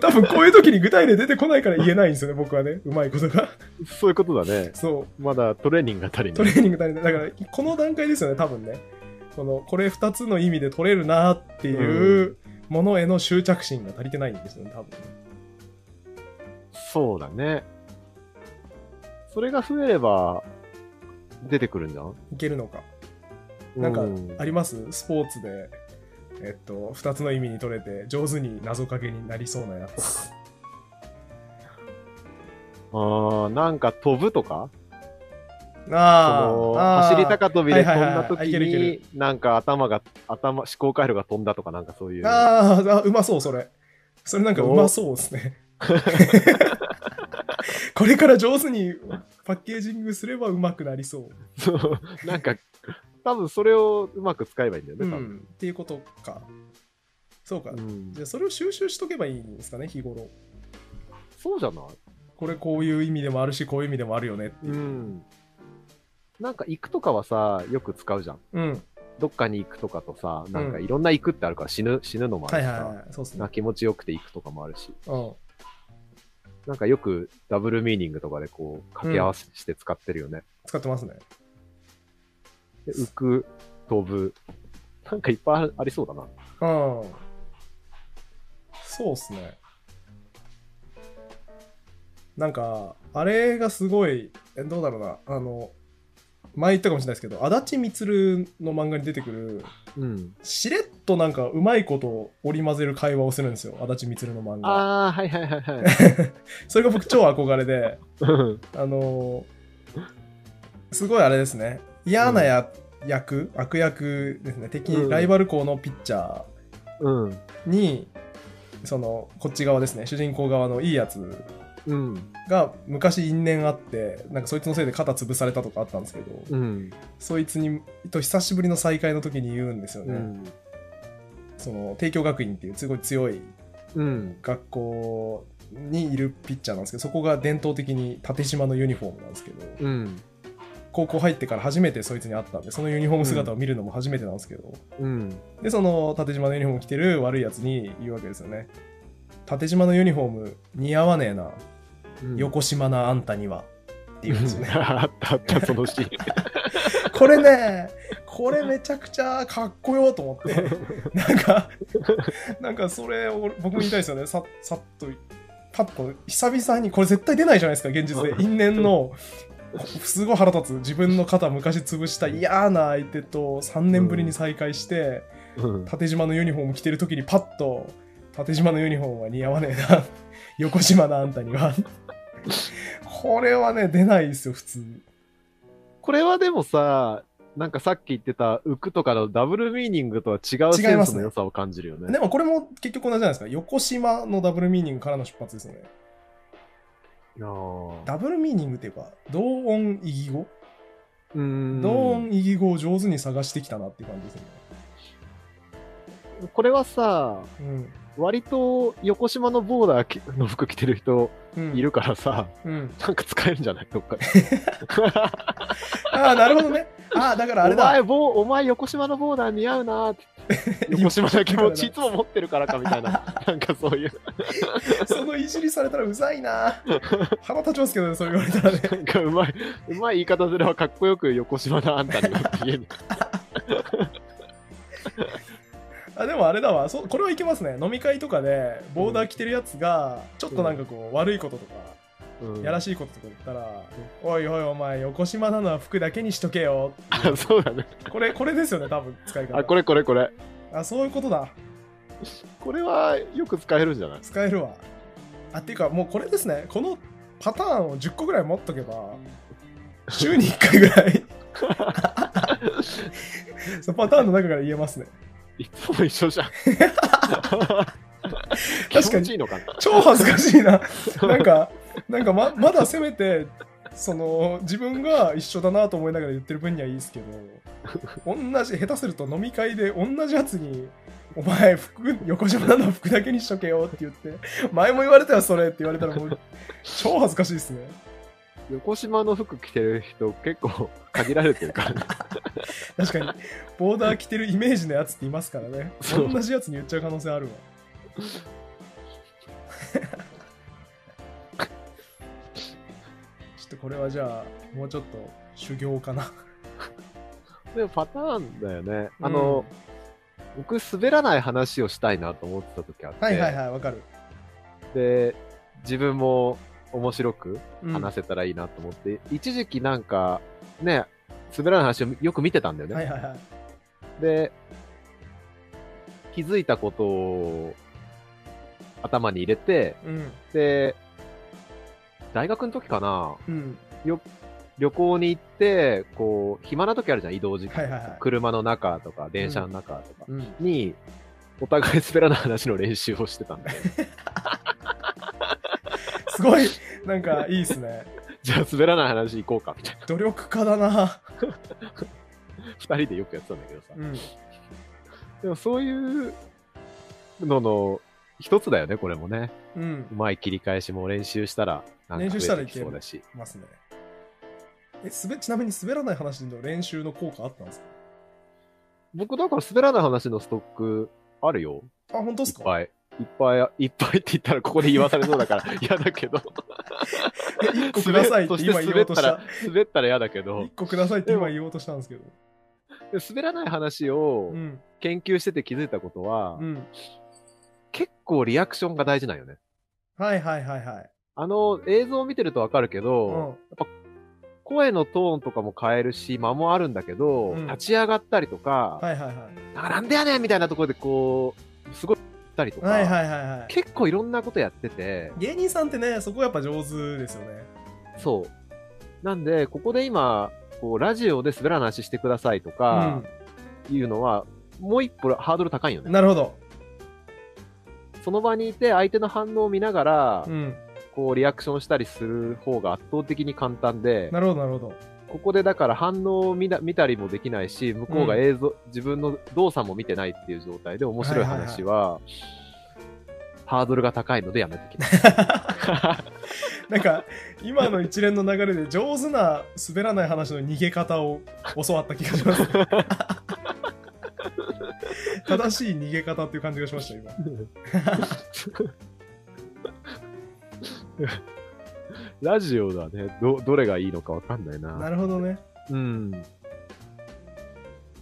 Speaker 1: 多分こういう時に具体例出てこないから言えないんですよね、僕はね。うまいことが。
Speaker 2: そういうことだね。
Speaker 1: そう。
Speaker 2: まだトレーニングが足り
Speaker 1: ト
Speaker 2: な
Speaker 1: レ
Speaker 2: い。
Speaker 1: ーニング足りない。だから、この段階ですよね、多分ね。この、これ2つの意味で取れるなっていうものへの執着心が足りてないんですよね、多分。
Speaker 2: そうだね。それが増えれば、出てくるんじゃん
Speaker 1: いけるのか。なんか
Speaker 2: う、
Speaker 1: ありますスポーツで、えっと、2つの意味に取れて、上手に謎かけになりそうなやつ。
Speaker 2: あーなんか飛ぶとか
Speaker 1: あー
Speaker 2: その
Speaker 1: あー。
Speaker 2: 走り高跳びで飛んだ
Speaker 1: はいはいはいはいあい
Speaker 2: 時
Speaker 1: けるいける
Speaker 2: に、なんか頭が、頭、思考回路が飛んだとかなんかそういう。
Speaker 1: あーあ、うまそう、それ。それなんかうまそうです
Speaker 2: (laughs)
Speaker 1: ね。これから上手にパッケージングすればうまくなりそう。
Speaker 2: そう (laughs) なんか、多分それをうまく使えばいいんだよ
Speaker 1: う
Speaker 2: ね、多分。
Speaker 1: ん、っていうことか。そうか。
Speaker 2: うん
Speaker 1: じゃあそれを収集しとけばいいんですかね、日頃。
Speaker 2: そうじゃない
Speaker 1: これこういう意味でもあるし、こういう意味でもあるよねっていうう。
Speaker 2: ん。なんか行くとかはさ、よく使うじゃん。
Speaker 1: うん。
Speaker 2: どっかに行くとかとさ、なんかいろんな行くってあるから死ぬ、死ぬのもあ
Speaker 1: は
Speaker 2: る
Speaker 1: い
Speaker 2: し
Speaker 1: はい
Speaker 2: さ、
Speaker 1: はい。そうっすね
Speaker 2: な。気持ちよくて行くとかもあるし、
Speaker 1: うん。
Speaker 2: なんかよくダブルミーニングとかでこう掛け合わせして使ってるよね。
Speaker 1: 使ってますね。
Speaker 2: で浮く、飛ぶ、なんかいっぱいありそうだな。
Speaker 1: うん。そうっすね。なんか、あれがすごい、えどうだろうな、あの、前言ったかもしれないですけど、足立満の漫画に出てくる、
Speaker 2: うん。
Speaker 1: しれっとなんかうまいこと織り交ぜる会話をするんですよ、足立満の漫画。
Speaker 2: ああ、はいはいはいはい。
Speaker 1: (laughs) それが僕超憧れで、
Speaker 2: うん
Speaker 1: あのーすごいあれですね、嫌なや、役、悪役ですね、敵、
Speaker 2: うん
Speaker 1: ライバル校のピッチャー。
Speaker 2: うん。
Speaker 1: にそのこっち側ですね主人公側のいいやつ
Speaker 2: うん。
Speaker 1: が昔因縁あってなんかそいつのせいで肩潰されたとかあったんですけど、
Speaker 2: うん。
Speaker 1: そいつにと久しぶりの再会の時に言うんですよね、
Speaker 2: うん。
Speaker 1: その帝京学院っていうすごい強い
Speaker 2: うん。
Speaker 1: 学校にいるピッチャーなんですけどそこが伝統的に縦縞のユニフォームなんですけど
Speaker 2: うん。
Speaker 1: 高校入ってから初めてそいつに会ったんでそのユニフォーム姿を見るのも初めてなんですけど、
Speaker 2: うん。
Speaker 1: で、その縦縞のユニフォーム着てる悪いやつに言うわけですよね。縦縞のユニフォーム似合わねえな、
Speaker 2: うん。
Speaker 1: 横島なあんたにはってっていうんですよね。
Speaker 2: (laughs) あったあった、そのシーン。
Speaker 1: (laughs) これね、これめちゃくちゃかっこよと思っ
Speaker 2: (laughs)
Speaker 1: て、なんか、なんかそれを僕も言いたいですよね、ささっと、パッと、久々に、これ絶対出ないじゃないですか、現実で。因縁の、すごい腹立つ、自分の肩昔潰した嫌な相手と3年ぶりに再会して、
Speaker 2: うん
Speaker 1: 縦島のユニフォーム着てる時にパッと、縦島のユニフォームは似合わねえな、 (laughs) 横島なあんたには。これはね、出ないですよ、普通。
Speaker 2: これはでもさ、なんかさっき言ってた浮くとかのダブルミーニングとは違うセ
Speaker 1: 違いま
Speaker 2: ン
Speaker 1: す
Speaker 2: ス
Speaker 1: ね
Speaker 2: の良さを感じるよね。
Speaker 1: でもこれも結局同じじゃないですか。横島のダブルミーニングからの出発ですよね。
Speaker 2: ああ
Speaker 1: ダブルミーニングっていうか、同音異義語
Speaker 2: うーん
Speaker 1: 同音異義語を上手に探してきたなっていう感じですよね。
Speaker 2: これはさ、
Speaker 1: うん。
Speaker 2: 割と横島のボーダーきの服着てる人
Speaker 1: うん、
Speaker 2: いるからさ、
Speaker 1: うん。
Speaker 2: なんか使えるんじゃないどっかで。
Speaker 1: ああ、なるほどね。ああ、だ (laughs) からあれ
Speaker 2: お前
Speaker 1: だ。
Speaker 2: ボーお前横島のボーダー似合うなー
Speaker 1: (laughs)
Speaker 2: って横島の気持ちいつも持ってるからかみたいななんかそういう
Speaker 1: そのいじりされたらうざいな。腹立ちますけどね、そう言われたらね。
Speaker 2: なんかうまいうまい言い方すればかっこよく横島のあんたに家に
Speaker 1: あでもあれだわそこれはいけますね飲み会とかでボーダー着てるやつがちょっとなんかこう、悪いこととか、
Speaker 2: うん
Speaker 1: やらしいこととか言ったら「おいおいお前横島なのは服だけにしとけよ
Speaker 2: あそうだね」
Speaker 1: これこれですよね多分使い方
Speaker 2: あこれこれこれ
Speaker 1: あそういうことだ
Speaker 2: これはよく使えるんじゃない
Speaker 1: 使えるわあっていうかもうこれですねこのパターンを10個ぐらい持っとけば週に1回ぐ
Speaker 2: (laughs)
Speaker 1: らいそうパターンの中から言えますね
Speaker 2: いつも一緒じゃん気
Speaker 1: 確か
Speaker 2: 持
Speaker 1: に
Speaker 2: ちいいのかな
Speaker 1: (laughs) 超恥ずかしいななんか、なんかままだせめて、その自分が一緒だなと思いながら言ってる分にはいいですけど、同じ、下手すると飲み会で同じやつに、お前服、横島なの服だけにしとけよって言って、前も言われたよ、それって言われたらもう、超恥ずかしいですね。
Speaker 2: 横島の服着てる人結構限られてるから
Speaker 1: (laughs)
Speaker 2: ね
Speaker 1: 確かに、ボーダー着てるイメージのやつっていますからね。
Speaker 2: そう
Speaker 1: 同じやつに言っちゃう可能性あるわ。ちょっとこれはじゃあ、もうちょっと修行かな。
Speaker 2: でもパターンだよねあの、僕滑らない話をしたいなと思ってた時あって、
Speaker 1: はいはいはい、わかる。
Speaker 2: で自分も面白く
Speaker 1: うん
Speaker 2: 話せたらいいなと思って、一時期なんかね滑らない話をよく見てたんだよね、
Speaker 1: はいはいはい。
Speaker 2: で気づいたことを頭に入れて
Speaker 1: うん。
Speaker 2: で大学の時かな
Speaker 1: うん。
Speaker 2: 旅行に行ってこう暇な時あるじゃん移動時間、
Speaker 1: はいはいはい。
Speaker 2: 車の中とか電車の中とか、
Speaker 1: うん、
Speaker 2: に、お互い (laughs) 滑らない話の練習をしてたんで、
Speaker 1: (laughs) すごい、なんかいいっすね。
Speaker 2: じゃあ滑らない話行こうか、みたい
Speaker 1: 努力家だな。
Speaker 2: な。二人でよくやってたんだけどさ。
Speaker 1: うん。
Speaker 2: でもそういうのの一つだよね、これもね。
Speaker 1: うん
Speaker 2: う。まい切り返しも練習したら、なん
Speaker 1: 練
Speaker 2: か
Speaker 1: 習したら
Speaker 2: 増え
Speaker 1: い
Speaker 2: て
Speaker 1: け
Speaker 2: き
Speaker 1: る
Speaker 2: そうだし。
Speaker 1: ますね。え、すべ、ちなみに滑らない話の練習の効果あったんですか
Speaker 2: 僕だから滑らない話のストックあるよ。
Speaker 1: あ、本当っ
Speaker 2: い
Speaker 1: す
Speaker 2: っ
Speaker 1: か
Speaker 2: ぱい。いっぱい、いっぱいって言ったらここで言わされそう
Speaker 1: (laughs)
Speaker 2: だから嫌だけど。
Speaker 1: 一個くださいって
Speaker 2: そして
Speaker 1: 今言お
Speaker 2: 滑
Speaker 1: う
Speaker 2: っ
Speaker 1: と
Speaker 2: た
Speaker 1: し
Speaker 2: ら
Speaker 1: た。、
Speaker 2: 滑ったら嫌だけど
Speaker 1: 一、個くださいって今言おうとしたんですけど。
Speaker 2: で滑らない話を
Speaker 1: うん。
Speaker 2: 研究してて気づいたことは、
Speaker 1: うん。
Speaker 2: 結構リアクションが大事なんよね。
Speaker 1: はいはいはいはい。
Speaker 2: あの、映像を見てるとわかるけ
Speaker 1: う
Speaker 2: ど、
Speaker 1: ん。
Speaker 2: 声のトーンとかも変えるし、間もあるんだけど、
Speaker 1: うん
Speaker 2: 立ち上がったりとか、
Speaker 1: はいはいはい。
Speaker 2: なんかなんでやねんみたいなところでこう、すごい、ったりとか、
Speaker 1: はいはいはいはい。
Speaker 2: 結構いろんなことやってて、
Speaker 1: 芸人さんってね、そこやっぱ上手ですよね。
Speaker 2: そう。なんで、ここで今、こう、ラジオで滑らない話してくださいとか、いうのは、もう一歩ハードル高いよ
Speaker 1: う
Speaker 2: ね
Speaker 1: ん。。なるほど。
Speaker 2: その場にいて相手の反応を見ながら、
Speaker 1: うん。
Speaker 2: こうリアクションしたりする方が圧倒的に簡単で、
Speaker 1: なるほどなるほど。
Speaker 2: ここでだから反応を見な見たりもできないし、向こうが映像、自分の動作も見てないっていう状態で面白い話は、ハードルが高いのでやめてきます。
Speaker 1: なんか、今の一連の流れで上手な滑らない話の逃げ方を教わった気がし
Speaker 2: (laughs)
Speaker 1: ます。正しい逃げ方っていう感じがしました、今。
Speaker 2: (laughs) ラジオだね。ど、どれがいいのかわかんないな。
Speaker 1: なるほどね。
Speaker 2: うん。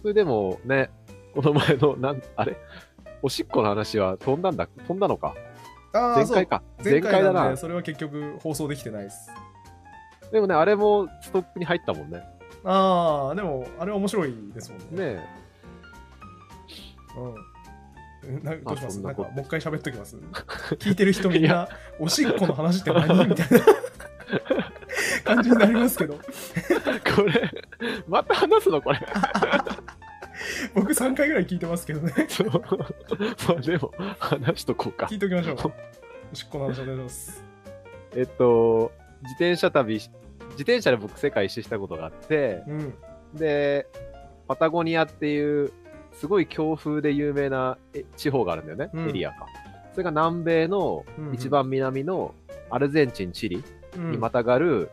Speaker 2: それでもね、この前の、なん、あれおしっこの話は飛んだんだ、飛んだのか。
Speaker 1: ああ、
Speaker 2: 前
Speaker 1: そう
Speaker 2: 回。か。前
Speaker 1: 前
Speaker 2: 回
Speaker 1: 回
Speaker 2: だ
Speaker 1: なん
Speaker 2: な
Speaker 1: で、。それは結局放送できてないです。
Speaker 2: でもね、あれもストックに入ったもんね。
Speaker 1: ああ、でも、あれは面白いですもんね。
Speaker 2: ね
Speaker 1: うん。などうしま
Speaker 2: そ
Speaker 1: す
Speaker 2: ん
Speaker 1: な
Speaker 2: なん
Speaker 1: か、
Speaker 2: こ
Speaker 1: もう一回喋っときます聞いてる人みん
Speaker 2: い
Speaker 1: な、おしっこの話って何みたいな (laughs) 感じになりますけど、
Speaker 2: え。これ、また話すのこれ。
Speaker 1: 僕3回ぐらい聞いてますけどね。
Speaker 2: そう。まあでも、話しとこうか
Speaker 1: 聞。いときましょう。おしっこの話お願いします。
Speaker 2: えっと、自転車旅し、自転車で僕世界一周したことがあって、
Speaker 1: うん。
Speaker 2: で、パタゴニアっていう、すごい強風で有名なえ地方があるんだよね、
Speaker 1: うん
Speaker 2: エリアか。それが南米の
Speaker 1: うんうん
Speaker 2: 一番南のアルゼンチン、チリ
Speaker 1: うん
Speaker 2: にまたがる、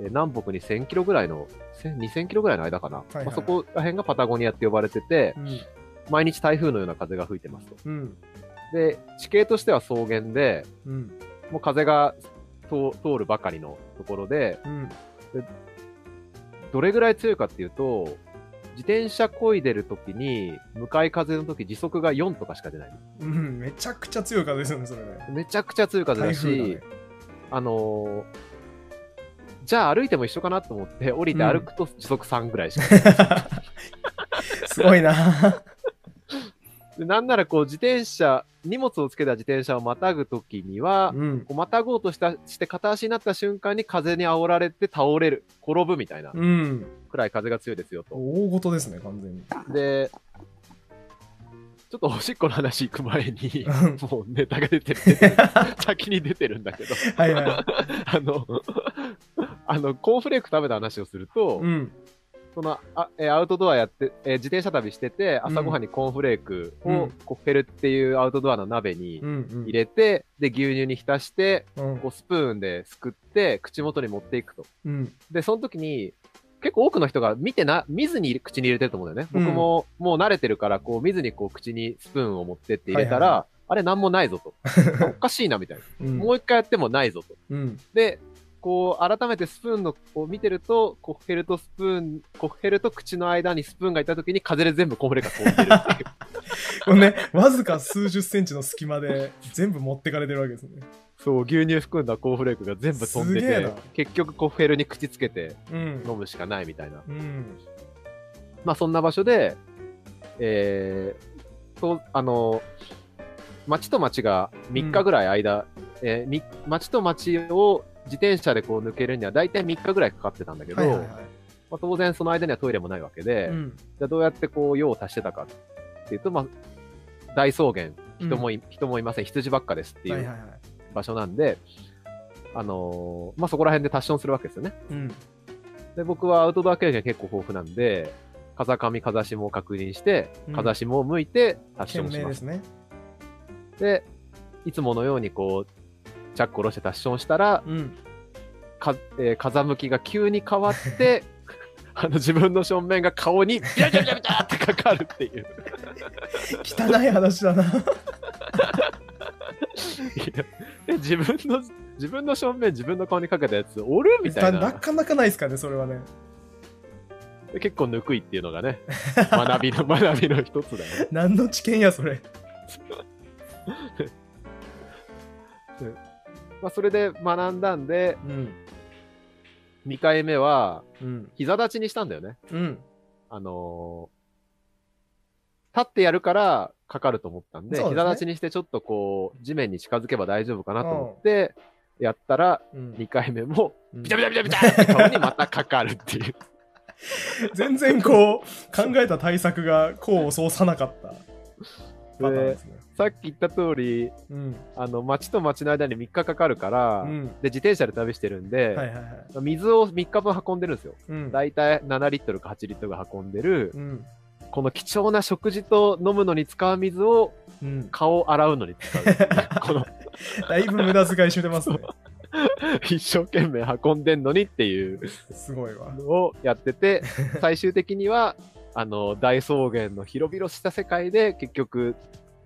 Speaker 2: えー南北に1000キロぐらいの、1000 2000キロぐらいの間かな。
Speaker 1: いはい
Speaker 2: まあ、そこら辺がパタゴニアって呼ばれてて、
Speaker 1: うん。
Speaker 2: 毎日台風のような風が吹いてますと。
Speaker 1: うん。
Speaker 2: で、地形としては草原で、
Speaker 1: うん。
Speaker 2: もう風が通通るばかりのところで、
Speaker 1: うん。
Speaker 2: どれぐらい強いかっていうと、自転車漕いでる時に、向かい風の時時速が4とかしか出ない。
Speaker 1: うん。めちゃくちゃ強い風ですよね、それね。
Speaker 2: めちゃくちゃ強い風だ
Speaker 1: 台風
Speaker 2: し、
Speaker 1: だね。
Speaker 2: あのーじゃあ歩いても一緒かなと思って、降りて
Speaker 1: うん
Speaker 2: 歩くと時速3ぐらいしか、
Speaker 1: (laughs) すごいな。
Speaker 2: でなんならこう自転車、荷物をつけた自転車をまたぐ時には、
Speaker 1: うん。
Speaker 2: こうまたごうとしたして片足になった瞬間に風に煽られて倒れる、転ぶみたいな
Speaker 1: うん。
Speaker 2: くらい風が強いですよと。
Speaker 1: 大事ですね、完全に。
Speaker 2: で、ちょっとおしっこの話行く前に
Speaker 1: うん、
Speaker 2: もうネタが出てる、出てる先に出てるんだけど、
Speaker 1: (laughs) はいは
Speaker 2: あの、あの、コーンフレーク食べた話をすると
Speaker 1: い。、うん。
Speaker 2: そのあ、えーアウトドアやって、えー自転車旅してて、
Speaker 1: うん
Speaker 2: 朝ごはんにコーンフレーク
Speaker 1: う
Speaker 2: を
Speaker 1: ん
Speaker 2: こうフェルっていうアウトドアの鍋に
Speaker 1: うんうん。
Speaker 2: 入れて、で、牛乳に浸して、
Speaker 1: うん
Speaker 2: こうスプーンですくって、口元に持っていくと。
Speaker 1: うん。
Speaker 2: で、その時に、結構多くの人が見てな、見ずに口に入れてると思うんだよね。
Speaker 1: うん
Speaker 2: 僕も、もう慣れてるから、こう見ずにこう口にスプーンを持ってって入れたら、
Speaker 1: はいは
Speaker 2: あれなんもないぞと。おかしいなみたいな。
Speaker 1: うん
Speaker 2: もう一回やってもないぞと。
Speaker 1: うん。
Speaker 2: で、こう改めてスプーンのを見てると、コッヘルとスプーン、コッヘルと口の間にスプーンがいた時に風で全部コンフレが飛んでるっていう。
Speaker 1: このね、わずか数十センチの隙間で全部持ってかれてるわけですね。
Speaker 2: (laughs) そう、牛乳含んだコーンフレークが全部飛んです
Speaker 1: げえな
Speaker 2: て、結局コッヘルに口つけて
Speaker 1: うん。
Speaker 2: 飲むしかないみたいな。
Speaker 1: うん。
Speaker 2: まあそんな場所で、えー、そう、あの、町と町が3日ぐらい間、えーみ町と町を自転車でこう抜けるには大体3日ぐらいかかってたんだけど、
Speaker 1: はいはいはい。
Speaker 2: まあ、当然その間にはトイレもないわけで、
Speaker 1: うん。
Speaker 2: じゃあどうやってこう用を足してたかっていうと、まあ、大草原、人も
Speaker 1: い
Speaker 2: い,、人もいません、羊ばっかですって
Speaker 1: はいいは
Speaker 2: う
Speaker 1: いはい。
Speaker 2: 場所なんで、あのーまあ、そこら辺でタッションするわけですよね。
Speaker 1: うん。
Speaker 2: で、僕はアウトドア経験結構豊富なんで、風上、風下を確認して
Speaker 1: うん、
Speaker 2: 風下を向いてタッシ
Speaker 1: 懸
Speaker 2: ョンし
Speaker 1: 命
Speaker 2: ま。
Speaker 1: ですすね。
Speaker 2: で、いつものようにこう、チャック下ろしてタッションしたら、
Speaker 1: うん。
Speaker 2: かえー風向きが急に変わ
Speaker 1: (laughs)
Speaker 2: って、あの自分の正面が顔にビャビャビャビャってかかるっていう。
Speaker 1: 汚い話だな。
Speaker 2: いやえ自分の自分の正面自分の顔にかけたやつおるみた
Speaker 1: (laughs)
Speaker 2: い
Speaker 1: な
Speaker 2: な
Speaker 1: かなかないですかね、それはね。
Speaker 2: で結構ぬくいっていうのがね学びの (laughs) 学びの一つだよね
Speaker 1: 何の知見や、それ。
Speaker 2: まあそれで学んだんで
Speaker 1: うん。
Speaker 2: 2回目は
Speaker 1: うん。
Speaker 2: 膝立ちにしたんだよね
Speaker 1: うん。
Speaker 2: あのー立ってやるからかかると思ったんで
Speaker 1: そうですね
Speaker 2: 膝立ちにしてちょっとこう地面に近づけば大丈夫かなと思ってやったら
Speaker 1: うん
Speaker 2: 2回目も
Speaker 1: うん
Speaker 2: ビタビタビタビタって顔にまたかかるっ
Speaker 1: (laughs)
Speaker 2: ていう
Speaker 1: 全然こう、考えた対策が功を奏さなか
Speaker 2: (laughs)
Speaker 1: ったパターンで
Speaker 2: です
Speaker 1: ね。
Speaker 2: さっき言った通り
Speaker 1: うん。
Speaker 2: あの町と町の間に3日かかるから、
Speaker 1: うん。
Speaker 2: で、自転車で旅してるんで、
Speaker 1: はいはいはい。
Speaker 2: 水を3日分運んでるんですよ。
Speaker 1: うん。
Speaker 2: だいたい7リットルか8リットルが運んでる、
Speaker 1: うん。
Speaker 2: この貴重な食事と飲むのに使う水を
Speaker 1: うん。
Speaker 2: 顔を洗うのに
Speaker 1: (laughs)
Speaker 2: 使う。この、
Speaker 1: だいぶ無駄遣いしてますね。
Speaker 2: 一生懸命運んでんのにっていう
Speaker 1: すごいわ。 (laughs)
Speaker 2: のをやってて、最終的には、あの、大草原の広々した世界で、結局、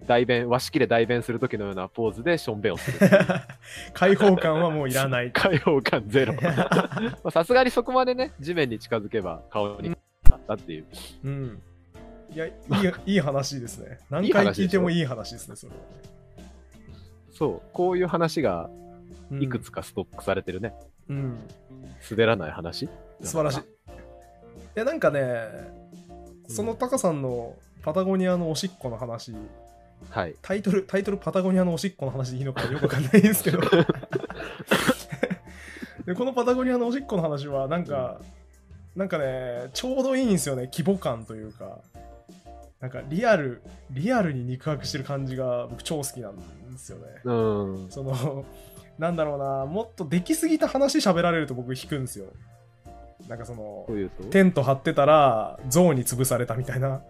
Speaker 2: 代弁、和式で代弁する時のようなポーズでしょんべんを
Speaker 1: (laughs)
Speaker 2: する。
Speaker 1: 開放感はもういらない。
Speaker 2: 開放感ゼロ。 (laughs) まあさすがにそこまでね、地面に近づけば顔にあったっていう。
Speaker 1: うん。いや、いい、いい話ですね。何回聞いてもいい話ですね、それはね。
Speaker 2: そう、こういう話が
Speaker 1: うん
Speaker 2: いくつかストックされてるね。
Speaker 1: うん。
Speaker 2: 滑らない話。
Speaker 1: 素晴らしい。いや、なんかね、そのタカさんのパタゴニアのおしっこの話、
Speaker 2: はい。
Speaker 1: タイトル、タイトルパタゴニアのおしっこの話でいいのかよくわかんないんですけど。でこのパタゴニアのおしっこの話は、なんか、なんかね、ちょうどいいんですよね、規模感というか。なんかリアル、リアルに肉薄してる感じが僕超好きなんですよね。
Speaker 2: うん。
Speaker 1: その、なんだろうな、もっとできすぎた話喋られると僕引くんですよ。なんかその
Speaker 2: こう、いうと。
Speaker 1: テント張ってたら、象に潰されたみたいな。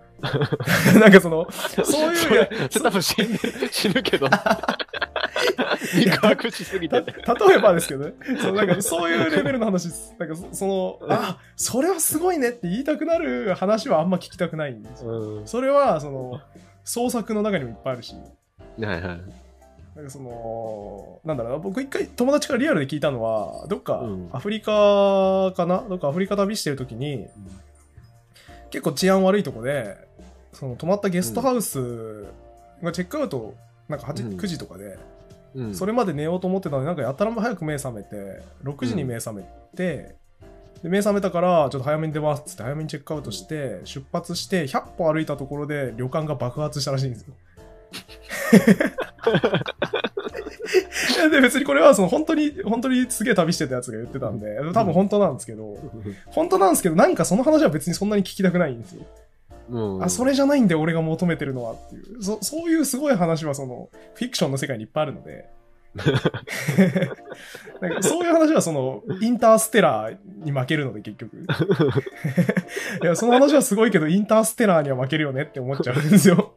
Speaker 1: なんかその、そういう
Speaker 2: それそれ多分死ぬ、死
Speaker 1: (laughs)
Speaker 2: ぬけど。肉薄しすぎて
Speaker 1: た
Speaker 2: ね。
Speaker 1: 例えばですけ
Speaker 2: (laughs)
Speaker 1: どねそうなんかそういうレベルの話ですなんかそそのあそれはすごいねって言いたくなる話はあんま聞きたくないんですよ
Speaker 2: うん。
Speaker 1: それはその創作の中にもいっぱいあるし
Speaker 2: はいはい。
Speaker 1: なんかそのなんだろうな僕一回友達からリアルで聞いたのはどっか
Speaker 2: うん
Speaker 1: アフリカかなどっかアフリカ旅してる時に結構治安悪いとこでその泊まったゲストハウスがチェックアウトなんか
Speaker 2: う
Speaker 1: 8
Speaker 2: ん
Speaker 1: 9時とかで、
Speaker 2: うん。
Speaker 1: それまで寝ようと思ってたのになんかやたらも早く目覚めて6時に目覚めて、で目覚めたからちょっと早めに出ますっつって早めにチェックアウトして出発して100歩歩いたところで旅館が爆発したらしいんです
Speaker 2: (laughs)
Speaker 1: よ。で別にこれはその本当に本当にすげえ旅してたやつが言ってたんで多分本当なんですけど本当なんですけどなんかその話は別にそんなに聞きたくないんですよ。
Speaker 2: うん。
Speaker 1: あそれじゃないんだよ俺が求めてるのはっていうそそういうすごい話はそのフィクションの世界にいっぱいあるので
Speaker 2: (laughs)
Speaker 1: なんかそういう話はそのインターステラーに負けるので結
Speaker 2: (laughs)
Speaker 1: 局いやその話はすごいけどインターステラーには負けるよねって思っちゃうんですよ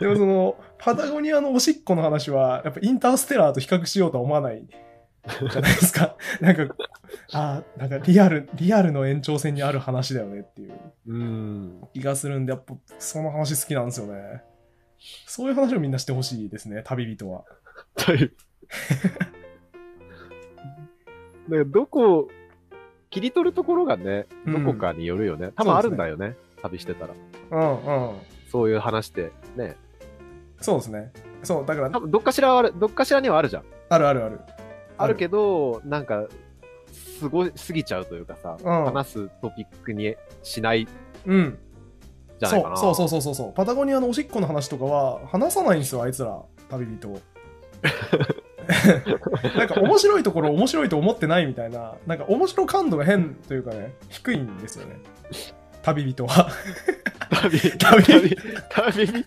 Speaker 1: でもそのパタゴニアのおしっこの話はやっぱインターステラーと比較しようとは思わないじゃないですかなんかあーなんかリアルリアルの延長線にある話だよねっていう
Speaker 2: うん。
Speaker 1: 気がするんで、やっぱその話好きなんですよね。そういう話をみんなしてほしいですね、旅人は。
Speaker 2: という。だからどこ、切り取るところがね、どこかによるよね。多分あるんだよね。旅してたら。
Speaker 1: うんうん。
Speaker 2: そういう話って。ね。
Speaker 1: そうですね。そう、だから
Speaker 2: 多、分どっかしらはある、どっかしらにはあるじゃん。
Speaker 1: あるあるある。
Speaker 2: あるけど、なんか、すごい、過ぎちゃうというかさ、
Speaker 1: うん
Speaker 2: 話すトピックにしない
Speaker 1: うん。
Speaker 2: じゃな
Speaker 1: そ
Speaker 2: いかな。
Speaker 1: うそうそうそうそうそう。パタゴニアのおしっこの話とかは話さないんですよ、あいつら、旅
Speaker 2: (laughs)
Speaker 1: 人。なんか面白いところ面白いと思ってないみたいな、なんか面白感度が変というかね、低いんですよね。旅人は。
Speaker 2: 旅、
Speaker 1: 旅
Speaker 2: 旅、旅人。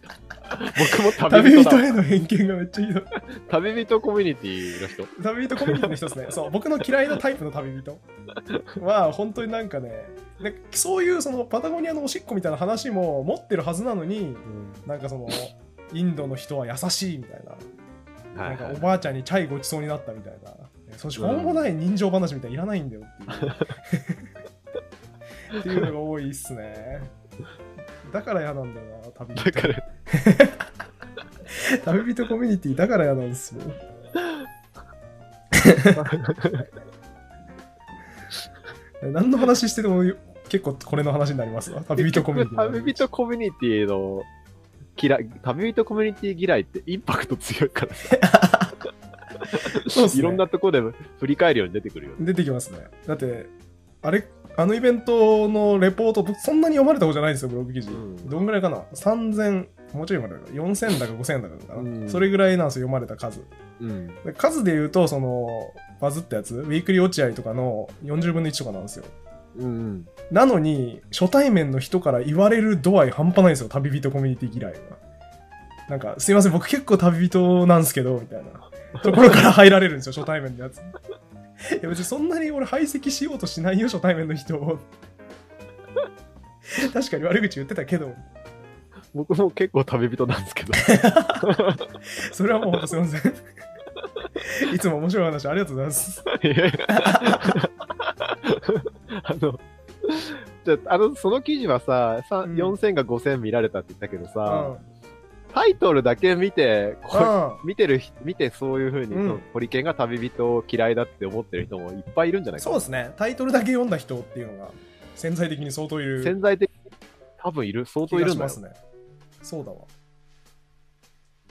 Speaker 2: 僕も旅
Speaker 1: 旅
Speaker 2: 人
Speaker 1: 人
Speaker 2: だ。
Speaker 1: への偏見がめっちゃひどい。
Speaker 2: 旅人コミュニティの人。
Speaker 1: 旅人コミュニティの人で
Speaker 2: (laughs)
Speaker 1: すね。そう、僕の嫌いなタイプの旅人は、本当になんかね、でそういうそのパタゴニアのおしっこみたいな話も持ってるはずなのに、なんかその、インドの人は優しいみたいな、
Speaker 2: はい
Speaker 1: な
Speaker 2: は
Speaker 1: んかお
Speaker 2: い。
Speaker 1: ばあちゃんにチャイごちそうになったみたいな、そして、ほんもない人情話みたいないらないんだよ
Speaker 2: (laughs)
Speaker 1: っていう。っていうのが多いっすね。だから嫌なんだよな、旅
Speaker 2: だか
Speaker 1: 人。
Speaker 2: ら、
Speaker 1: 旅人コミュニティだから嫌なん
Speaker 2: (laughs)
Speaker 1: ですよ。何の話してても結構これの話になりますわ。旅人コミュニティの話。
Speaker 2: 旅人コミュニティの嫌い、旅人コミュニティ嫌いってインパクト強いからさ、
Speaker 1: そうっすね
Speaker 2: いろんなところで振り返るように出てくるよね。
Speaker 1: 出てきますね。だって、あれ、あのイベントのレポート、僕そんなに読まれた方じゃないんですよ、ブログ記事。
Speaker 2: うん
Speaker 1: どんぐらいかな ?3000、もうちょい読まれたかな4000だか5000だかかな、
Speaker 2: うん
Speaker 1: それぐらいなんですよ、読まれた数。
Speaker 2: うん。
Speaker 1: で数で言うと、その、バズったやつ、ウィークリー落合とかの40分の1とかなんですよ。
Speaker 2: うん。
Speaker 1: なのに、初対面の人から言われる度合い半端ないんですよ、旅人コミュニティ嫌いは。なんか、すいません、僕結構旅人なんですけど、みたいなところから入られるんですよ、初対面のやつ。いや、別にそんなに俺排斥しようとしないよ、初対面の人を。確かに悪口言ってたけど、
Speaker 2: 僕も結構旅人なんですけど。
Speaker 1: それはもうほんとすいません。いつも面白い話ありがとうございます。
Speaker 2: いやいやあの、じゃあ、あの、その記事はさ、さ
Speaker 1: うん
Speaker 2: 4000が5000見られたって言ったけど
Speaker 1: う
Speaker 2: さ、
Speaker 1: ん
Speaker 2: タイトルだけ見て、これ
Speaker 1: あ
Speaker 2: 見てる人、見てそういうふうに、
Speaker 1: うん
Speaker 2: そのホリケンが旅人を嫌いだって思ってる人もいっぱいいるんじゃないか
Speaker 1: そうですね。タイトルだけ読んだ人っていうのが潜在的に相当いる
Speaker 2: 潜在的に多分いる、相
Speaker 1: 気
Speaker 2: 当い
Speaker 1: が
Speaker 2: る
Speaker 1: し
Speaker 2: んだ
Speaker 1: ま
Speaker 2: よ。
Speaker 1: すね。そうだわ。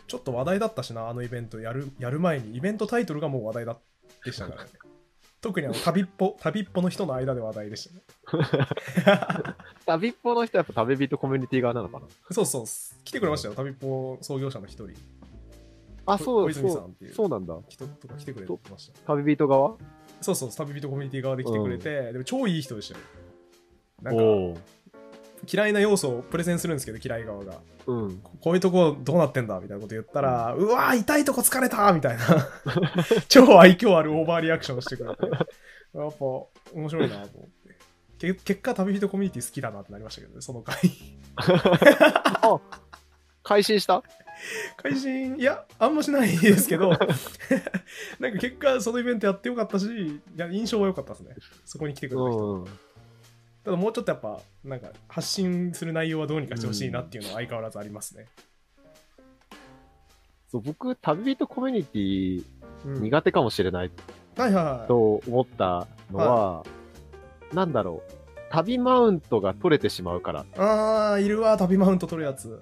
Speaker 1: ちょっと話題だったしな、あのイベントやるやる前に、イベントタイトルがもう話題だでした (laughs) からね。特にあの旅っぽ、旅っぽの人の間で話題でしたね。 (laughs)
Speaker 2: 旅っぽの人はやっぱ旅人コミュニティ側なのかな
Speaker 1: そうそう、来てくれましたよ、旅っぽ創業者の一人。
Speaker 2: あ、そ
Speaker 1: 小
Speaker 2: う、
Speaker 1: 泉
Speaker 2: そ
Speaker 1: さん
Speaker 2: う、
Speaker 1: っていう
Speaker 2: そうなんだ。
Speaker 1: 人とか来てくれてました。
Speaker 2: 旅人側
Speaker 1: そうそう、旅人コミュニティ側で来てくれて、でも超いい人でしたよ。なんか
Speaker 2: おお
Speaker 1: 嫌いな要素をプレゼンするんですけど、嫌い側が。
Speaker 2: う。うん。
Speaker 1: こういうとこどうなってんだみたいなこと言ったら、うわー、痛いとこ疲れたみたい
Speaker 2: (laughs)
Speaker 1: な、超愛嬌あるオーバーリアクションしてくれて、やっぱ面白いなと思って。け結果、旅人コミュニティ好きだなってなりましたけどね、その回。
Speaker 2: 改心した
Speaker 1: 会心、いや、あんましないですけど、 (laughs) なんか結果、そのイベントやってよかったし、いや印象は良かったですね。そこに来てくれた人。
Speaker 2: うん。
Speaker 1: ただもうちょっとやっぱ、なんか発信する内容はどうにかしてほしいなっていうのは相変わらずありますね。
Speaker 2: そう僕、旅人コミュニティ
Speaker 1: うん、
Speaker 2: 苦手かもしれない
Speaker 1: はいはいは
Speaker 2: と思ったのは、なんだろう。旅マウントが取れてしまうから。
Speaker 1: い。あー、いるわ、旅マウント取るやつ。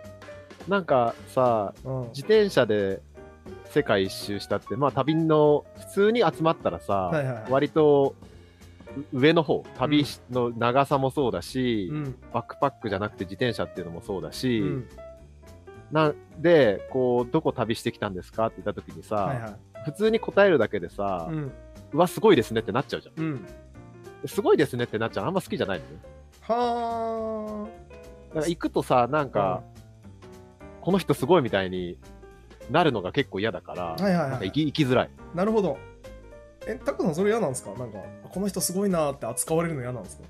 Speaker 2: なんかさ、
Speaker 1: うん。
Speaker 2: 自転車で世界一周したって、まあ旅の、普通に集まったらさ、
Speaker 1: はいはいはい
Speaker 2: 割とう上の方、旅の長さもそうだし、
Speaker 1: うん
Speaker 2: バックパックじゃなくて自転車っていうのもそうだし、
Speaker 1: うん
Speaker 2: なんで、こう、どこ旅してきたんですかって言った時にさ、
Speaker 1: はいはい
Speaker 2: 普通に答えるだけでさ、
Speaker 1: う
Speaker 2: うんわ、すごいですねってなっちゃうじゃ
Speaker 1: うん
Speaker 2: ん。すごいですねってなっちゃう。あんま好きじゃないのね。
Speaker 1: は
Speaker 2: なんか行くとさ、なん
Speaker 1: あ
Speaker 2: か、この人すごいみたいになるのが結構嫌だから、
Speaker 1: はいはい
Speaker 2: なん
Speaker 1: は
Speaker 2: か
Speaker 1: い
Speaker 2: 行き行きづらい。
Speaker 1: なるほどえタコさんそれ嫌なんですかなんかこの人すごいなーって扱われるの嫌なんですか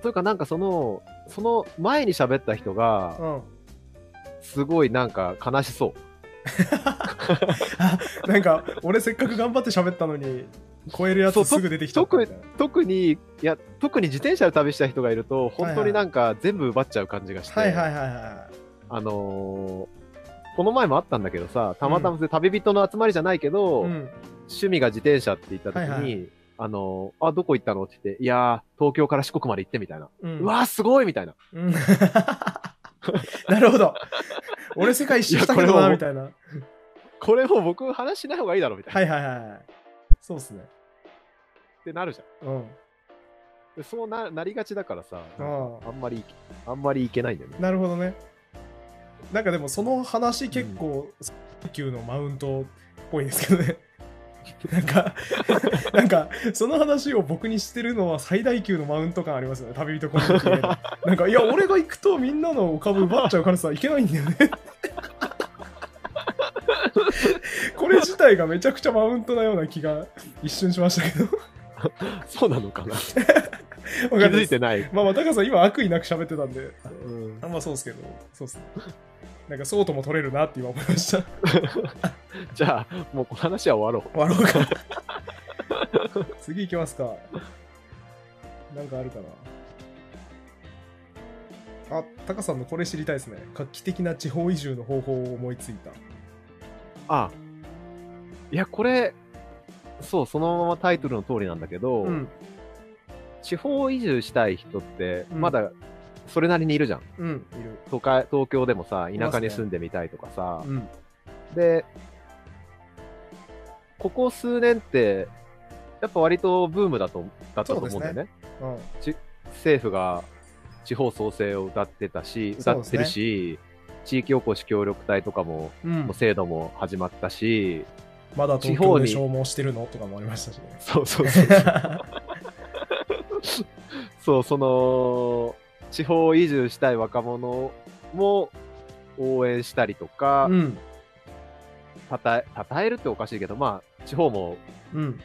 Speaker 2: というか、なんかその、その前に喋った人が、
Speaker 1: うん
Speaker 2: すごいなんか悲しそう。
Speaker 1: あなんか俺せっかく頑張って喋ったのに超えるや
Speaker 2: そ
Speaker 1: つ
Speaker 2: うと
Speaker 1: すぐ出てきちゃったみたいな
Speaker 2: 特に、いや、特に自転車で旅した人がいると、本当になんか全部奪っちゃう感じがして、
Speaker 1: はいはいはいはい
Speaker 2: あのーこの前もあったんだけどさ、たまたまそれ旅人の集まりじゃないけど、
Speaker 1: うん
Speaker 2: 趣味が自転車って言った時に、
Speaker 1: はいは
Speaker 2: あのーあ、どこ行ったのって言って、いやー、東京から四国まで行ってみたいな。
Speaker 1: う
Speaker 2: うんわー、すごいみたいな。
Speaker 1: うん (laughs) なるほど俺世界一周したけど
Speaker 2: いやこれ
Speaker 1: な
Speaker 2: も
Speaker 1: みたいな
Speaker 2: これもう僕話しない方がいいだろみたいな。
Speaker 1: は
Speaker 2: っ
Speaker 1: いはいはいそうっすね
Speaker 2: てなるじゃん
Speaker 1: うん
Speaker 2: で。そうななりがちだからさ、
Speaker 1: あ
Speaker 2: あんまりいけ、あんまりいけないんだよね。 (laughs)
Speaker 1: なるほどね。なんかでもその話結構、最級のマウントっぽいですけどね。 (laughs) なんか、 (laughs) なんか、その話を僕にしてるのは最大級のマウント感ありますよね、旅人コミュニティで。なんか、いや、俺が行くとみんなのお株奪っちゃうからさ、いけないんだよね。 (laughs) これ自体がめちゃくちゃマウントなような気が一瞬しましたけど。
Speaker 2: そうな
Speaker 1: (laughs)
Speaker 2: のかな気
Speaker 1: 気
Speaker 2: づいてない。
Speaker 1: まあまあ、高さん今悪意なく喋ってたんで、
Speaker 2: うん
Speaker 1: あんまそうですけど、そうっすね。なんかそうとも取れるなって今思いました。
Speaker 2: じゃあ、もうこの話は終わろ
Speaker 1: 終わろうか。 (laughs) 次行きますか。なんかあるかな。あ、タカさんのこれ知りたいですね。画期的な地方移住の方法を思いついた。
Speaker 2: う。あ、いや、これ、そう、そのままタイトルの通りなんだけど、
Speaker 1: うん、
Speaker 2: 地方移住したい人って、
Speaker 1: うん
Speaker 2: まだそれなりにいるじゃん。
Speaker 1: うん、いる。
Speaker 2: 都会東京でもさ、
Speaker 1: ま
Speaker 2: 田
Speaker 1: す
Speaker 2: 舎
Speaker 1: ね
Speaker 2: に住んでみたいとかさ。
Speaker 1: うん、
Speaker 2: で、ここ数年って、やっぱ割とブームだとだったと思うんだよね。
Speaker 1: うん、
Speaker 2: 政府が地方創生を歌ってたし、
Speaker 1: そ
Speaker 2: 歌
Speaker 1: うで
Speaker 2: っ
Speaker 1: すね
Speaker 2: てるし、地域おこし協力隊とかも、
Speaker 1: うん
Speaker 2: もう、制度も始まったし、
Speaker 1: まだ東
Speaker 2: 地
Speaker 1: 京
Speaker 2: 方
Speaker 1: で
Speaker 2: に
Speaker 1: 消耗してるのとかもありましたしね。
Speaker 2: そうそうそう。 (laughs) そう、その、地方移住したい若者も応援したりとか、
Speaker 1: (laughs) うん、
Speaker 2: たたえ、たたえるっておかしいけど、まあ、地方も
Speaker 1: うん、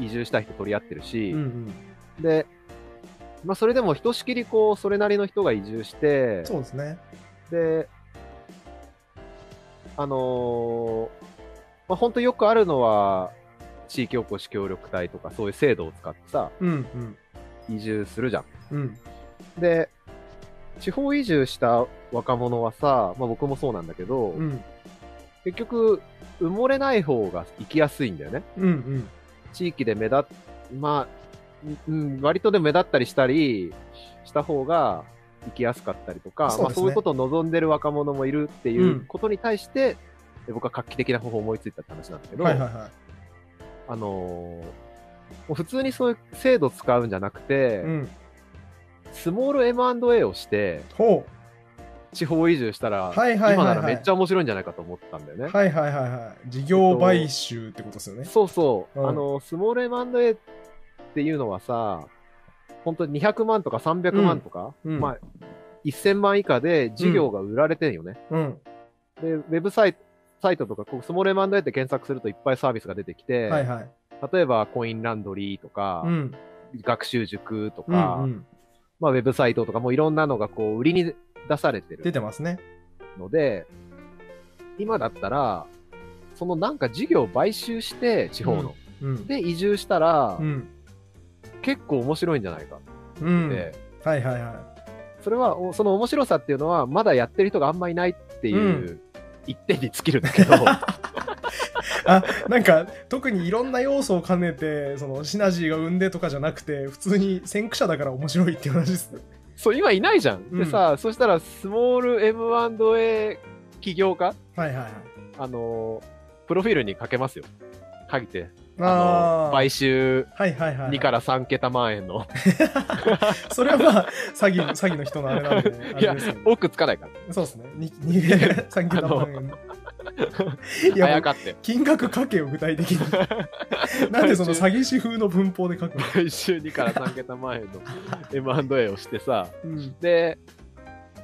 Speaker 2: 移住したい人取り合ってるし、
Speaker 1: うん、うん。
Speaker 2: で、まあ、それでもひとしきりこう、それなりの人が移住して、
Speaker 1: そうですね。
Speaker 2: で、あのーまあ、本当よくあるのは、地域おこし協力隊とか、そういう制度を使ってさ、
Speaker 1: うん、うん、
Speaker 2: 移住するじゃん。
Speaker 1: うん、
Speaker 2: で、地方移住した若者はさ、まあ、僕もそうなんだけど、
Speaker 1: うん
Speaker 2: 結局、埋もれない方が行きやすいんだよね。
Speaker 1: うん
Speaker 2: 地域で目立っ、まあ、うん、割とでも目立ったりしたりした方が行きやすかったりとか、
Speaker 1: そう
Speaker 2: ま
Speaker 1: で
Speaker 2: あ、
Speaker 1: すね
Speaker 2: そういうことを望んでる若者もいるってい
Speaker 1: ん
Speaker 2: うことに対して、で僕は画期的な方法を思いついたって話なんだけ
Speaker 1: うん
Speaker 2: ど、
Speaker 1: はいはいは
Speaker 2: あのーもう普通にそういう制度使うんじゃなくて、
Speaker 1: いうん
Speaker 2: スモール M&A をして、
Speaker 1: ほ
Speaker 2: 地方移住したら、
Speaker 1: はいはいはいはい
Speaker 2: 今ならめっちゃ面白いんじゃないかと思ったんだよ
Speaker 1: う
Speaker 2: ね。
Speaker 1: はいはいはいはい事業買収ってことですよね
Speaker 2: そうそう、
Speaker 1: うん
Speaker 2: あの、スモール M&A っていうのはさ、本当に200万とか300万とか、
Speaker 1: うんうん
Speaker 2: まあ、1000万以下で事業が売られてんよね。
Speaker 1: うん
Speaker 2: で、ウェブサイト、サイトとか、こうスモール M&A って検索するといっぱいサービスが出てきて、
Speaker 1: はいはい
Speaker 2: 例えばコインランドリーとか、
Speaker 1: うん
Speaker 2: 学習塾と
Speaker 1: う
Speaker 2: か、
Speaker 1: んうん
Speaker 2: まあ、ウェブサイトとか、もういろんなのがこう売りに出されて
Speaker 1: 出
Speaker 2: る
Speaker 1: てますね
Speaker 2: ので、今だったら、そのなんか事業を買収して、地方の。
Speaker 1: うん
Speaker 2: で、移住したら、
Speaker 1: うん
Speaker 2: 結構面白いんじゃないか
Speaker 1: うん
Speaker 2: って、
Speaker 1: はいはいは
Speaker 2: それは、おその面白さっていうのは、まだやってる人があんまいないっていう、
Speaker 1: うん
Speaker 2: 一点に尽きるんだ
Speaker 1: (laughs)
Speaker 2: けど、
Speaker 1: いあなんか特にいろんな要素を兼ねてそのシナジーが生んでとかじゃなくて普通に先駆者だから面白いっていう話ですね
Speaker 2: そう、今いないじゃん。
Speaker 1: うん
Speaker 2: でさ、そしたら、スモール M&A 起業家、
Speaker 1: はいはいはい
Speaker 2: あの、プロフィールにかけますよ。書いて、あ
Speaker 1: あ
Speaker 2: の、
Speaker 1: ー
Speaker 2: 買収
Speaker 1: はいはいはい
Speaker 2: 2から3桁万円の、
Speaker 1: それはまあ詐欺詐欺の人のあれなんであ
Speaker 2: いや
Speaker 1: れですけど、
Speaker 2: 奥つかないから。
Speaker 1: そうですねにに (laughs) 詐欺だったのにい
Speaker 2: あ
Speaker 1: やも
Speaker 2: や
Speaker 1: う
Speaker 2: かって。
Speaker 1: 金額家計を具体的に (laughs) なんでその詐欺師風の文法で書くの、
Speaker 2: 毎週2から3桁
Speaker 1: (laughs)
Speaker 2: 万円の M&A をしてさ、
Speaker 1: うん
Speaker 2: で、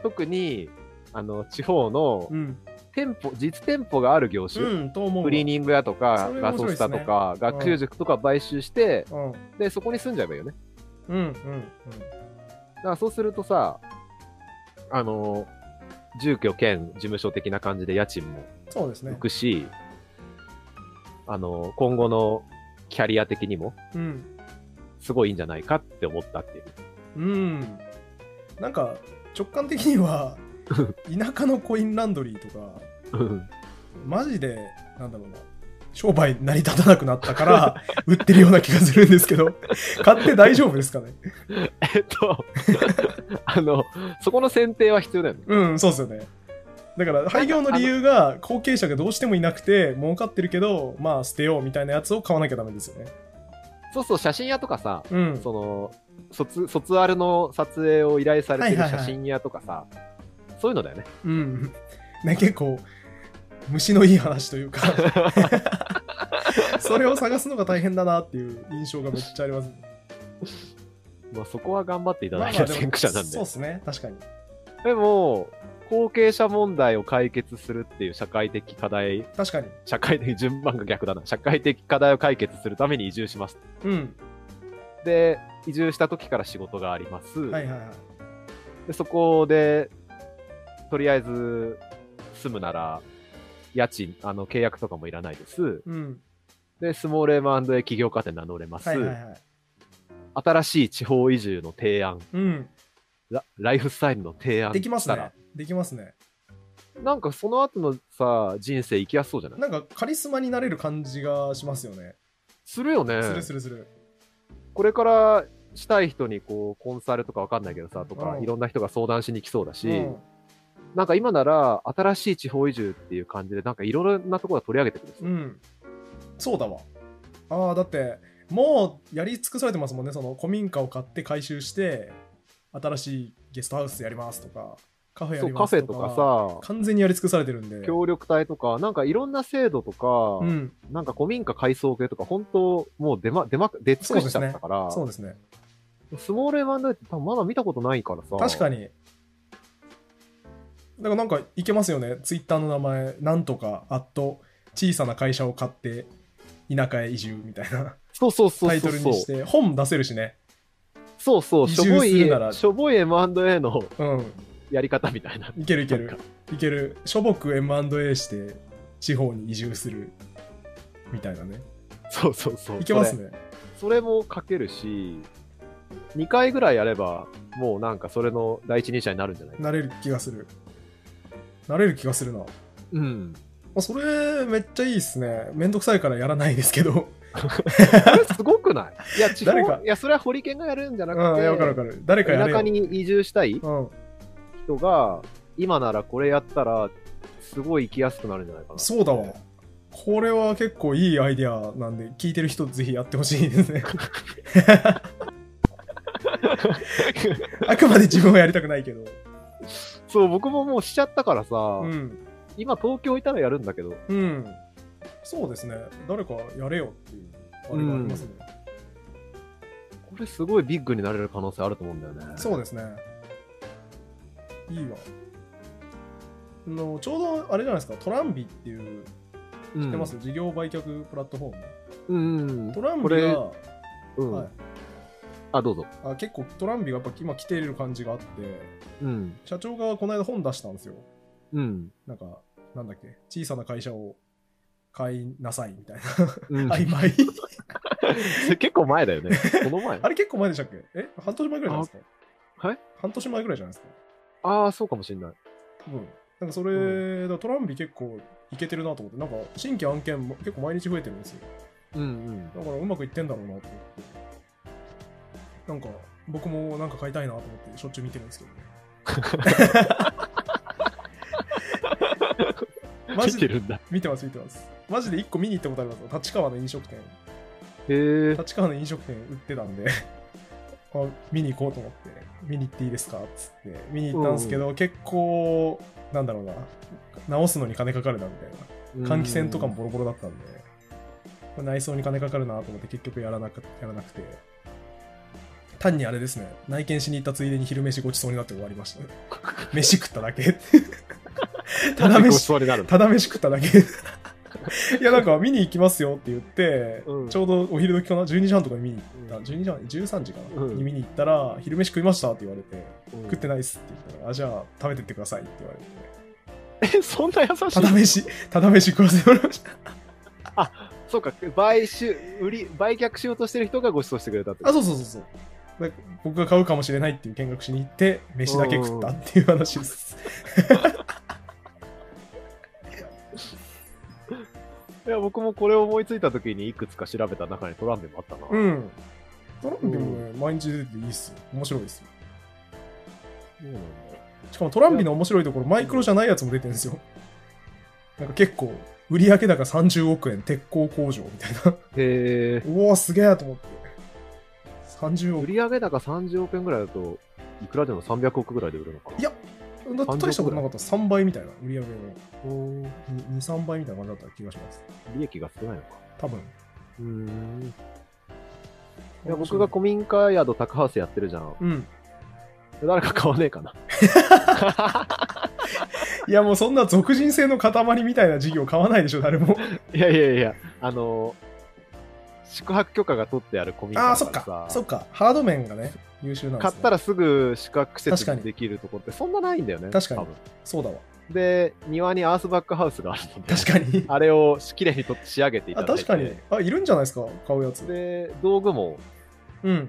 Speaker 2: 特に、あの、地方の
Speaker 1: うん
Speaker 2: 店舗、実店舗がある業種、
Speaker 1: うん、と思うわ
Speaker 2: クリーニング屋とか
Speaker 1: そ、れ面
Speaker 2: ガ
Speaker 1: 白
Speaker 2: ソ
Speaker 1: いっ
Speaker 2: ス
Speaker 1: す
Speaker 2: タ
Speaker 1: ね
Speaker 2: とか、学習塾とか買収して、
Speaker 1: うん
Speaker 2: で、そこに住んじゃえばいいよね。
Speaker 1: うんうんうん
Speaker 2: だからそうするとさ、あの、住居兼事務所的な感じで家賃も
Speaker 1: そうですね
Speaker 2: 浮くし、あの、今後のキャリア的にも、
Speaker 1: うん
Speaker 2: すごいいいんじゃないかって思ったっていう。
Speaker 1: うんなんか直感的に (laughs) は田舎のコインランドリーとか
Speaker 2: うん
Speaker 1: マジでなんだろうな商売成り立たなくなったから売ってるような気がするんですけど買って大丈夫ですかね
Speaker 2: (laughs) えっと、 (laughs) あの、そこの選定は必要だよね。
Speaker 1: うん、そうですよね。だから廃業の理由が後継者がどうしてもいなくて儲かってるけどまあ捨てようみたいなやつを買わなきゃダメですよね。
Speaker 2: そうそう、写真屋とかさ、
Speaker 1: うん。
Speaker 2: その、卒、卒アルの撮影を依頼されてる
Speaker 1: はいはいは
Speaker 2: 写
Speaker 1: い
Speaker 2: 真屋とかさ、そういうのだよね。
Speaker 1: うん。 (laughs) ね結構虫のいい話というかそれを探すのが大変だなっていう印象がめっちゃあります。
Speaker 2: まあそこは頑張っていた
Speaker 1: ま
Speaker 2: だ
Speaker 1: あ
Speaker 2: い
Speaker 1: まあ
Speaker 2: た
Speaker 1: でも
Speaker 2: 先駆者なんで
Speaker 1: そう。ですね確かに。
Speaker 2: でも、後継者問題を解決するっていう社会的課題、
Speaker 1: 確かに。
Speaker 2: 社会的順番が逆だな。社会的課題を解決するために移住します。
Speaker 1: うん。
Speaker 2: で、移住した時から仕事があります。
Speaker 1: はいはいはい。
Speaker 2: でそこで、とりあえず住むなら、家賃、あの、契約とかもいらないです。
Speaker 1: うん。
Speaker 2: で、スモール M&A 起業家って名乗れます、
Speaker 1: はいはいはい。
Speaker 2: 新しい地方移住の提案、
Speaker 1: うん。
Speaker 2: ラライフスタイルの提案。
Speaker 1: できます
Speaker 2: したら
Speaker 1: ね。できますね。
Speaker 2: なんかその後のさ、人生生きやすそうじゃない
Speaker 1: なんかカリスマになれる感じがしますよね。
Speaker 2: するよね。
Speaker 1: するするする。
Speaker 2: これからしたい人にこう、コンサルとかわかんないけどさ、とか、
Speaker 1: うん
Speaker 2: いろんな人が相談しに来そうだし、
Speaker 1: うん
Speaker 2: なんか今なら、新しい地方移住っていう感じで、なんかいろんなところが取り上げてくるんです
Speaker 1: う
Speaker 2: よ
Speaker 1: ん。そうだわ。ああ、だって、もうやり尽くされてますもんね。その古民家を買って改修して、新しいゲストハウスやりますとか、カフェや
Speaker 2: そ
Speaker 1: り
Speaker 2: う、カ
Speaker 1: ま
Speaker 2: フ
Speaker 1: す
Speaker 2: ェ
Speaker 1: と
Speaker 2: と
Speaker 1: か。
Speaker 2: かさ、
Speaker 1: 完全にやり尽くされてるんで。
Speaker 2: 協力隊とか、なんかいろんな制度とか、
Speaker 1: うん、
Speaker 2: なんか古民家改装系とか、本当もう出ま、出ま、出尽くしちゃったから、
Speaker 1: そうですね。
Speaker 2: スモール M&A って多分まだ見たことないからさ、
Speaker 1: 確か
Speaker 2: に。
Speaker 1: に。だからなんかいけますよね。ツイッターの名前、なんとか、あっと、小さな会社を買って、田舎へ移住みたいな
Speaker 2: そうそうそう
Speaker 1: タ
Speaker 2: そ
Speaker 1: イト
Speaker 2: う
Speaker 1: ル
Speaker 2: そ
Speaker 1: にし
Speaker 2: う。
Speaker 1: て、本出せるしね。
Speaker 2: そうそう、
Speaker 1: 移
Speaker 2: しょ
Speaker 1: 住
Speaker 2: ぼ
Speaker 1: するなら
Speaker 2: い、しょぼい M&A の
Speaker 1: うん。
Speaker 2: やり方みたいな。 (laughs)
Speaker 1: いけるいける
Speaker 2: なん。
Speaker 1: いける。諸木 M&A して地方に移住するみたいなね。
Speaker 2: そうそうそう。
Speaker 1: いけますね。
Speaker 2: それ。それも書けるし、2回ぐらいやればもうなんかそれの第一人者になるんじゃないか。
Speaker 1: なれる気がする。なれる気がするな。ま
Speaker 2: うん。
Speaker 1: あ、それ、めっちゃいいっすね。めんどくさいからやらないですけど。
Speaker 2: あれすごくない
Speaker 1: (laughs)
Speaker 2: いや、地方
Speaker 1: 誰か
Speaker 2: いや、それはホリケンがやるんじゃな
Speaker 1: う
Speaker 2: く
Speaker 1: ん、
Speaker 2: て、
Speaker 1: いやわかるわかる。誰かやれ
Speaker 2: 田舎
Speaker 1: よ。
Speaker 2: に移住したい
Speaker 1: うん。
Speaker 2: 人が、今ならこれやったら、すごい行きやすくなるんじゃないかな。
Speaker 1: そうだわ。これは結構いいアイディアなんで、聞いてる人ぜひやってほしいです
Speaker 2: (laughs)
Speaker 1: ね。あくまで自分はやりたくないけど。
Speaker 2: そう、僕ももうしちゃったからさ、
Speaker 1: うん。
Speaker 2: 今東京いたらやるんだけど、
Speaker 1: うん。そうですね。誰かやれよっていう、あれがありますね。
Speaker 2: これすごいビッグになれる可能性あると思うんだよね。
Speaker 1: そうですね。いいわ。あのちょうどあれじゃないですか、トランビっていう、
Speaker 2: うん、
Speaker 1: 知ってます、事業売却プラットフォーム。
Speaker 2: うん
Speaker 1: トラン
Speaker 2: こ
Speaker 1: ビ
Speaker 2: れ
Speaker 1: が、
Speaker 2: うん。
Speaker 1: はい、
Speaker 2: あ、どうぞ。
Speaker 1: あ結構トランビがやっぱ今来ている感じがあって、
Speaker 2: うん。
Speaker 1: 社長がこの間本出したんですよ。
Speaker 2: うん。
Speaker 1: なんか、なんだっけ、小さな会社を買いなさいみたいな。
Speaker 2: (laughs) うん、
Speaker 1: 曖昧。
Speaker 2: それ結構前だよね。この
Speaker 1: (laughs)
Speaker 2: 前。
Speaker 1: あれ結構前でしたっけえ半年前ぐらいじゃないですか
Speaker 2: あはい
Speaker 1: 半年前ぐらいじゃないですか
Speaker 2: ああ、そうかもしれない。
Speaker 1: 多分。なんかそれ、
Speaker 2: う
Speaker 1: だからトランビ結構いけてるなと思って、なんか新規案件も結構毎日増えてるんですよ。
Speaker 2: うんうん。
Speaker 1: だからうまくいってんだろうなって。なんか、僕もなんか買いたいなと思ってしょっちゅう見てるん
Speaker 2: (laughs)
Speaker 1: ですけどね。マ
Speaker 2: 見
Speaker 1: ジ
Speaker 2: て
Speaker 1: で
Speaker 2: るんだ。
Speaker 1: 見てます見てます。マジで1個見に行ったことありますよ立川の飲食店。
Speaker 2: へえ。
Speaker 1: 立川の飲食店売ってたんで (laughs) あ見に行こうと思って見に行っていいですかっつって見に行ったんですけど、結構なんだろうな直すのに金かかるなみたいな換気扇
Speaker 2: (laughs)
Speaker 1: とかもボロボロだったんで、これ内装に金かかるなと思って結局やらなかやらなくて単にあれですね内見しに行ったついでに昼飯ごちそうになって終わりましたね飯食っただけ (laughs)
Speaker 2: うん、
Speaker 1: た
Speaker 2: た
Speaker 1: だ
Speaker 2: だ
Speaker 1: 飯
Speaker 2: 飯。座りになるんだ。
Speaker 1: ただ飯食っただけ (laughs) いやなんか見に行きますよって言って、
Speaker 2: うん
Speaker 1: ちょうどお昼時かな12時半とかに見に行った、
Speaker 2: うん
Speaker 1: 12時半13時かな、
Speaker 2: うん
Speaker 1: に見に行ったら昼飯食いましたって言われて、
Speaker 2: うん
Speaker 1: 食ってないっすって言ったらあじゃあ食べてってくださいって言われて
Speaker 2: え、そんな優したい
Speaker 1: だ飯 (laughs) ただ飯食わせてもらいました
Speaker 2: そうか、買収、売り、売却しようとしてる人がご馳走してくれたってこ
Speaker 1: あ
Speaker 2: と。
Speaker 1: そうそうそうそうで僕が買うかもしれないっていう見学しに行って飯だけ食ったっていう話です、
Speaker 2: いや、僕もこれを思いついた時にいくつか調べた中にトランビもあったな。
Speaker 1: うんトランビもね、毎日出てていいっすよ面白いですよ
Speaker 2: そうなんだ。
Speaker 1: しかもトランビの面白いところ、マイクロじゃないやつも出てるんですよ。なんか結構、売上高30億円、鉄鋼工場みたいな。 (laughs)
Speaker 2: へえ。
Speaker 1: おお、すげえと思って。30
Speaker 2: 売
Speaker 1: 億。
Speaker 2: 上高30億円ぐらいだと、いくらでも300億ぐらいで売るのかな。
Speaker 1: いやだって大したことなかった。3倍みたいな、売上が。
Speaker 2: おー
Speaker 1: 2、3倍みたいな感じだった気がします。
Speaker 2: 利益が少ないのか。
Speaker 1: 多分。
Speaker 2: うーん。いや、僕が古民家宿高ハウスやってるじゃん。
Speaker 1: うん。
Speaker 2: 誰か買わねえかな。 (laughs)
Speaker 1: いや、もうそんな俗人性の塊みたいな事業買わないでしょ、誰も。
Speaker 2: いやいやいや、あの宿泊許可が取ってある古民家
Speaker 1: ああ、そ
Speaker 2: だ
Speaker 1: っ
Speaker 2: から
Speaker 1: か。
Speaker 2: さ
Speaker 1: そっか。ハード面がね、優秀なんです、ね、
Speaker 2: 買った
Speaker 1: ら。
Speaker 2: らすぐ宿泊施設
Speaker 1: 確か
Speaker 2: に
Speaker 1: に
Speaker 2: できるところってそんなないんだよね。
Speaker 1: 確かに
Speaker 2: 多分
Speaker 1: そうだわ。
Speaker 2: で、庭にアースバックハウスがあるので、
Speaker 1: 確かに。
Speaker 2: あれをきれいにと仕上げていた
Speaker 1: あ、
Speaker 2: だいて、
Speaker 1: 確かに。あ、いるんじゃないですか、買うやつ。
Speaker 2: で、道具も、
Speaker 1: うん。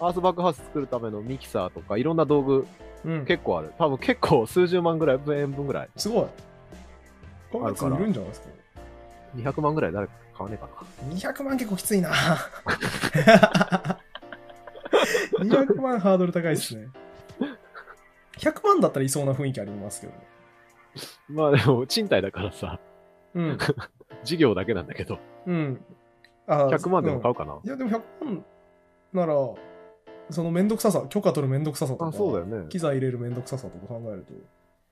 Speaker 2: アースバックハウス作るためのミキサーとか、いろんな道具
Speaker 1: うん。
Speaker 2: 結構ある。多分結構数十万ぐらい、円分ぐらい。
Speaker 1: すごい。こういうやつ
Speaker 2: あ
Speaker 1: い
Speaker 2: るから
Speaker 1: るんじゃないですか。
Speaker 2: 200万ぐらい誰か買わねえかな。
Speaker 1: 200万結構きついな。200万ハードル高いですね。100万だったらいそうな雰囲気ありますけどね。
Speaker 2: まあでも、賃貸だからさ、
Speaker 1: うん。
Speaker 2: 事業だけなんだけど、
Speaker 1: うん。あ
Speaker 2: 100万でも買
Speaker 1: う
Speaker 2: うかな。
Speaker 1: んいや、でも100万なら、そのめんどくささ、許可取るめんどくささとか、
Speaker 2: あ、そうだよね。
Speaker 1: 機材入れるめんどくささとか考える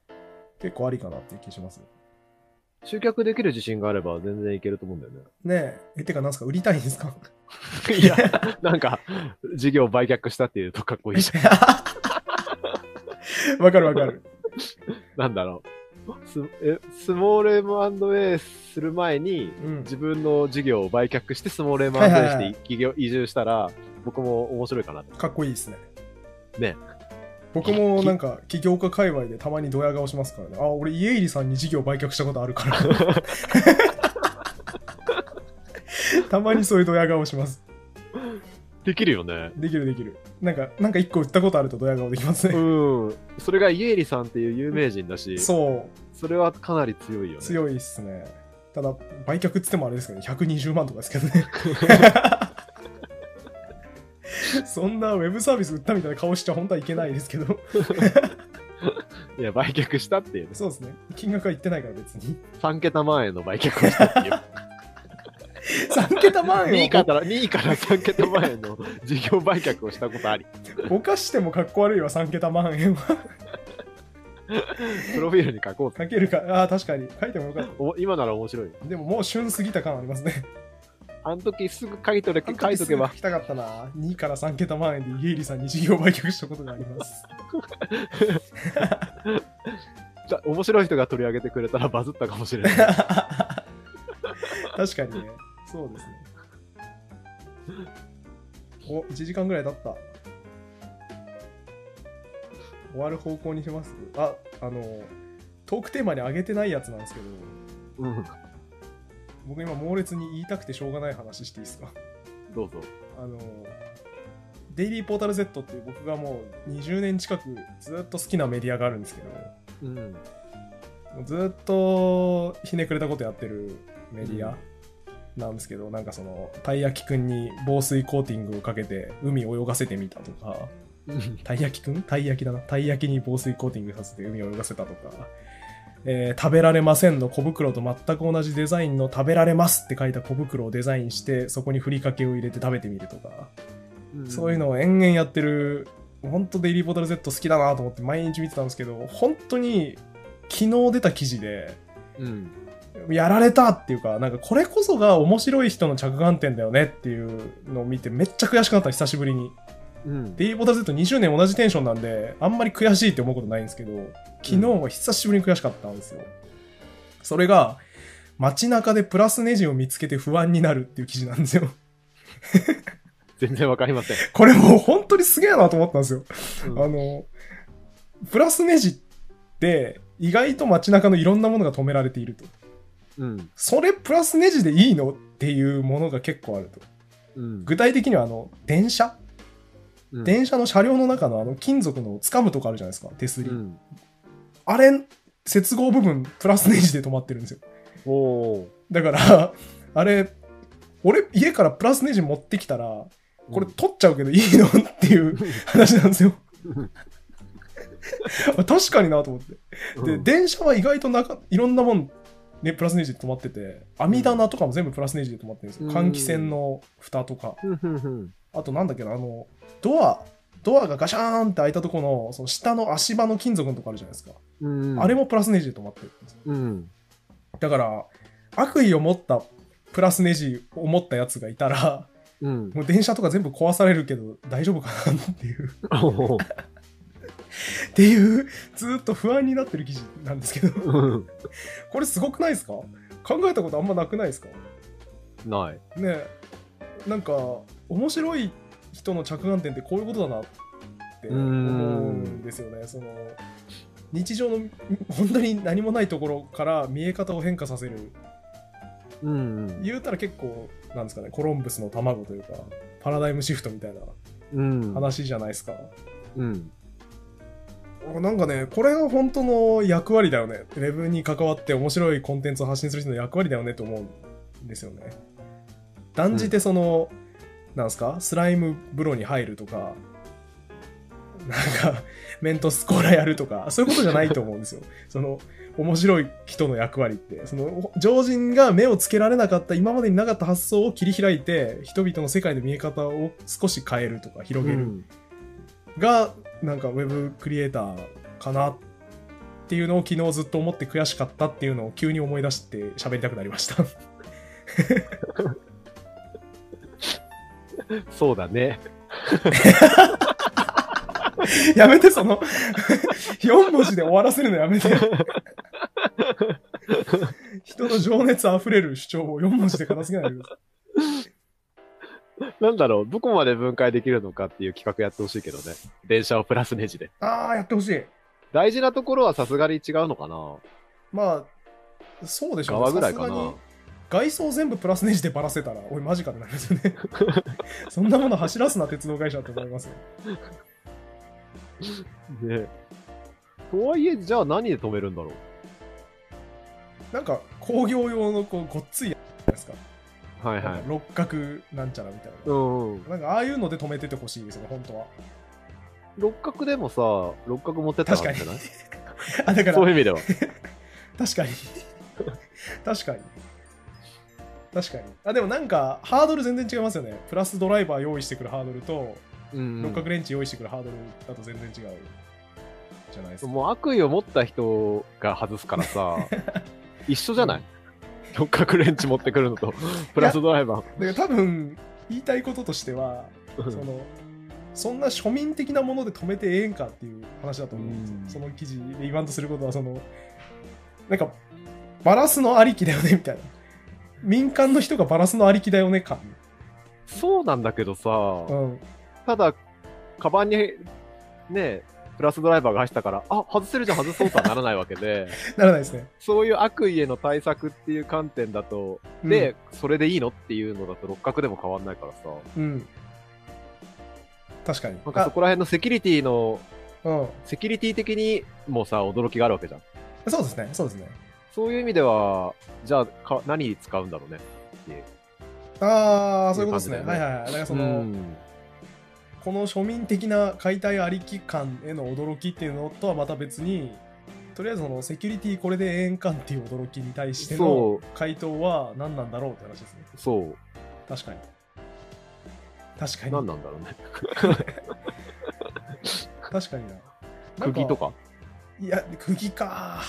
Speaker 1: と、結構ありかなっていう気します。
Speaker 2: 集客できる自信があれば全然いけると思うんだよね。
Speaker 1: ねえ、え、てか何すか、売りたいんですか
Speaker 2: (laughs) いや、なんか、事業売却したっていうとかっこいいじ
Speaker 1: (laughs)
Speaker 2: ゃ
Speaker 1: わかるわかる。
Speaker 2: ん。なんだろう。スえスモール M&A する前に、
Speaker 1: うん。
Speaker 2: 自分の事業を売却してスモール
Speaker 1: はいはいは
Speaker 2: M&A
Speaker 1: い
Speaker 2: して起業移住したら、僕も面白いかなと。
Speaker 1: かっこいいですね。
Speaker 2: ね。
Speaker 1: 僕もなんか、起業家界隈でたまにドヤ顔しますからね。あ、俺、家入さんに事業売却したことある
Speaker 2: (laughs)
Speaker 1: から。たまにそういうドヤ顔します。
Speaker 2: できるよね。
Speaker 1: できるできる。なんか、なんか一個売ったことあるとドヤ顔できます
Speaker 2: う
Speaker 1: ね。
Speaker 2: ん。それがイエーリさんっていう有名人だし、そ
Speaker 1: そ
Speaker 2: れはかなり強いよね。
Speaker 1: う、強いっすね。ただ、売却っつってもあれですけど、120万とかですけどね。そんなウェブサービス売ったみたいな顔しちゃ本当はいけないですけど、
Speaker 2: (laughs) いや、売却したっていうね。
Speaker 1: そうですね。金額は言ってないから別に。 (laughs)
Speaker 2: 3桁万円の売却をしたっていう。
Speaker 1: 3桁万
Speaker 2: 2位
Speaker 1: 円
Speaker 2: か
Speaker 1: を
Speaker 2: ら、2位から3桁万円の事業売却をしたことあり。
Speaker 1: ぼかしてもかっこ悪いわ、3桁万円は。 (laughs)
Speaker 2: プロフィールに書こう
Speaker 1: かけるか、ああ、確かに。書いてもよかっ
Speaker 2: お今なら面白いよ。
Speaker 1: た。でももう旬過ぎた感ありますね。
Speaker 2: あの時すぐ書いとれ、 (laughs) 書いとけば
Speaker 1: 聞。きたかったな。2から3桁万円でイエイリさんに事業売却したことがあります。 (laughs)
Speaker 2: じゃ面白い人が取り上げてくれたらバズったかもしれない。
Speaker 1: 確かにね。そうですね。お、1時間ぐらい経った。終わる方向にしますあ、あの、トークテーマに上げてないやつなんですけど、
Speaker 2: うん、
Speaker 1: 僕今猛烈に言いたくてしょうがない話していいですか (laughs)
Speaker 2: どうぞ。
Speaker 1: あの、デイリーポータル Z っていう僕がもう20年近くずっと好きなメディアがあるんですけど、
Speaker 2: うん。
Speaker 1: もうずっとひねくれたことやってるメディアなんですけど、なんかそのたい焼きくんに防水コーティングをかけて海泳がせてみたとかたい焼きくんたい焼きだなたい焼きに防水コーティングさせて海泳がせたとか、えー食べられませんの小袋と全く同じデザインの食べられますって書いた小袋をデザインしてそこにふりかけを入れて食べてみるとか、そういうのを延々やってる、本当デイリーポータル Z 好きだなと思って毎日見てたんですけど、本当に昨日出た記事で、
Speaker 2: うん。
Speaker 1: やられたっていうか、なんかこれこそが面白い人の着眼点だよねっていうのを見てめっちゃ悔しくなった、久しぶりに。
Speaker 2: うん。
Speaker 1: デイリーポータル Z20 年同じテンションなんで、あんまり悔しいって思うことないんですけど、昨日は久しぶりに悔しかったんですよ。それが、街中でプラスネジを見つけて不安になるっていう記事なんですよ。
Speaker 2: 全然わかりません。
Speaker 1: これもう本当にすげえなと思ったんですよ。
Speaker 2: うん
Speaker 1: あの、プラスネジって、意外と街中のいろんなものが止められていると。
Speaker 2: うん。
Speaker 1: それプラスネジでいいのっていうものが結構あると。
Speaker 2: うん。
Speaker 1: 具体的には、あの、電車、
Speaker 2: うん
Speaker 1: 電車の車両の中のあの、金属の掴むとこあるじゃないですか、手すり。
Speaker 2: うん。
Speaker 1: あれ、接合部分、プラスネジで止まってるんですよ。
Speaker 2: おお
Speaker 1: だから、 (laughs) あれ、俺、家からプラスネジ持ってきたら、
Speaker 2: ー。
Speaker 1: これ取っちゃうけどいいのって
Speaker 2: (laughs)
Speaker 1: いう話なんですよ。 (laughs) 確かになと思って。
Speaker 2: うん、
Speaker 1: で、電車は意外となかいろんなもん、ね、プラスネジで止まってて、網棚とかも全部プラスネジで止まってるんですよ。
Speaker 2: うん
Speaker 1: 換気扇の蓋とか。
Speaker 2: うんうんうん
Speaker 1: あと、なんだっけな、あの、ドア、ドアがガシャーンって開いたところの、その下の足場の金属のとこあるじゃないですか。
Speaker 2: うん。
Speaker 1: あれもプラスネジで止まってるんですよ。
Speaker 2: うん。
Speaker 1: だから、悪意を持ったプラスネジを持ったやつがいたら、 (laughs)
Speaker 2: うん。
Speaker 1: もう電車とか全部壊されるけど大丈夫かなっていう、
Speaker 2: お
Speaker 1: っていう、ずーっと不安になってる記事なんですけど、 (laughs)
Speaker 2: ー
Speaker 1: これすごくないですか考えたことあんまなくないですか
Speaker 2: ない。
Speaker 1: ねえなんか面白い人の着眼点ってこういうことだなって思うんですよねその日常のん本当に何もないところから見え方を変化させる
Speaker 2: うんうん。
Speaker 1: 言うたら結構なんですかねコロンブスの卵というかパラダイムシフトみたいな
Speaker 2: うん。
Speaker 1: 話じゃないですか、
Speaker 2: うん。
Speaker 1: なんかねこれが本当の役割だよねウェブに関わって面白いコンテンツを発信する人の役割だよねと思うんですよね断じてその、なんすかスライム風呂に入るとかなんかメントスコーラやるとかそういうことじゃないと思うんですよその面白い人の役割ってその常人が目をつけられなかった今までになかった発想を切り開いて人々の世界の見え方を少し変えるとか広げる、がなんかウェブクリエイターかなっていうのを昨日ずっと思って悔しかったっていうのを急に思い出して喋りたくなりました
Speaker 2: そうだね。
Speaker 1: (laughs) やめてその4文字で終わらせるのやめて人の情熱あふれる主張を4文字で片付けないでくださ
Speaker 2: なんだろう、どこまで分解できるのかっていう企画やってほしいけどね。電車をプラスネジで。
Speaker 1: いああやってほしい
Speaker 2: 大事なところはさすがに違うのかな
Speaker 1: まあそうでしょう
Speaker 2: 側ぐらいかな
Speaker 1: さすがに外装全部プラスネジでばらせたら、おい、マジかってなりますよね。そんなもの走らすな、鉄道会社って思いますよ。
Speaker 2: ねとはいえ、じゃあ何で止めるんだろ
Speaker 1: なんか、工業用の、こう、ごっついやつじゃないですか。
Speaker 2: う。はいはい。
Speaker 1: 六角なんちゃらみたいな。
Speaker 2: うんうん。
Speaker 1: なんか、ああいうので止めててほしいですよね、本当は。
Speaker 2: 六角でもさ、六角持ってったら
Speaker 1: 確か
Speaker 2: いいん
Speaker 1: に
Speaker 2: じゃない
Speaker 1: あ、だから
Speaker 2: そう、いう意
Speaker 1: (laughs)
Speaker 2: 味では。
Speaker 1: 確
Speaker 2: (laughs)
Speaker 1: かに。確かに。確かに。あ、でもなんか、ハードル全然違いますよね。プラスドライバー用意してくるハードルと、
Speaker 2: うん
Speaker 1: 六角レンチ用意してくるハードルだと全然違う。じゃないですか。
Speaker 2: もう悪意を持った人が外すから
Speaker 1: (laughs)
Speaker 2: さ、一緒じゃない六角レンチ持ってくるのと、プラスドライバー。
Speaker 1: だから多分、言いたいこととしては、その、そんな庶民的なもので止めてええんかっていう話だと思うんですよ
Speaker 2: うん
Speaker 1: その記事で言わんとすることは、その、なんか、バラすのありきだよね、みたいな。民間の人がバラすのありきだよね、か。
Speaker 2: そうなんだけどさ
Speaker 1: う、ん。
Speaker 2: ただ、カバンに、ね、プラスドライバーが入ってたから、あ、外せるじゃん、外そうとはならないわ
Speaker 1: (laughs)
Speaker 2: けで、
Speaker 1: ならないですね。
Speaker 2: そういう悪意への対策っていう観点だと、
Speaker 1: うん
Speaker 2: で、、それでいいのっていうのだと六角でも変わんないからさ、
Speaker 1: うん。確かに。
Speaker 2: なんかそこら辺のセキュリティの、
Speaker 1: あうん。
Speaker 2: セキュリティ的にもさ、驚きがあるわけじゃん。
Speaker 1: そうですね、そうですね。
Speaker 2: そういう意味では、じゃあか何に使うんだろうね。
Speaker 1: ああ、そういうことですね。
Speaker 2: いい
Speaker 1: は
Speaker 2: 感
Speaker 1: い
Speaker 2: じ
Speaker 1: は
Speaker 2: だ
Speaker 1: いはい。だからそうの、
Speaker 2: ん
Speaker 1: この庶民的な解体ありき感への驚きっていうのとはまた別に、とりあえずそのセキュリティこれでええんかんっていう驚きに対しての
Speaker 2: そ
Speaker 1: 回答は何なんだろうって話ですね。
Speaker 2: そう、
Speaker 1: 確かに。確か
Speaker 2: 何
Speaker 1: に。
Speaker 2: なんだろうね。
Speaker 1: 確かにな。なん
Speaker 2: 釘とか
Speaker 1: いや、釘か。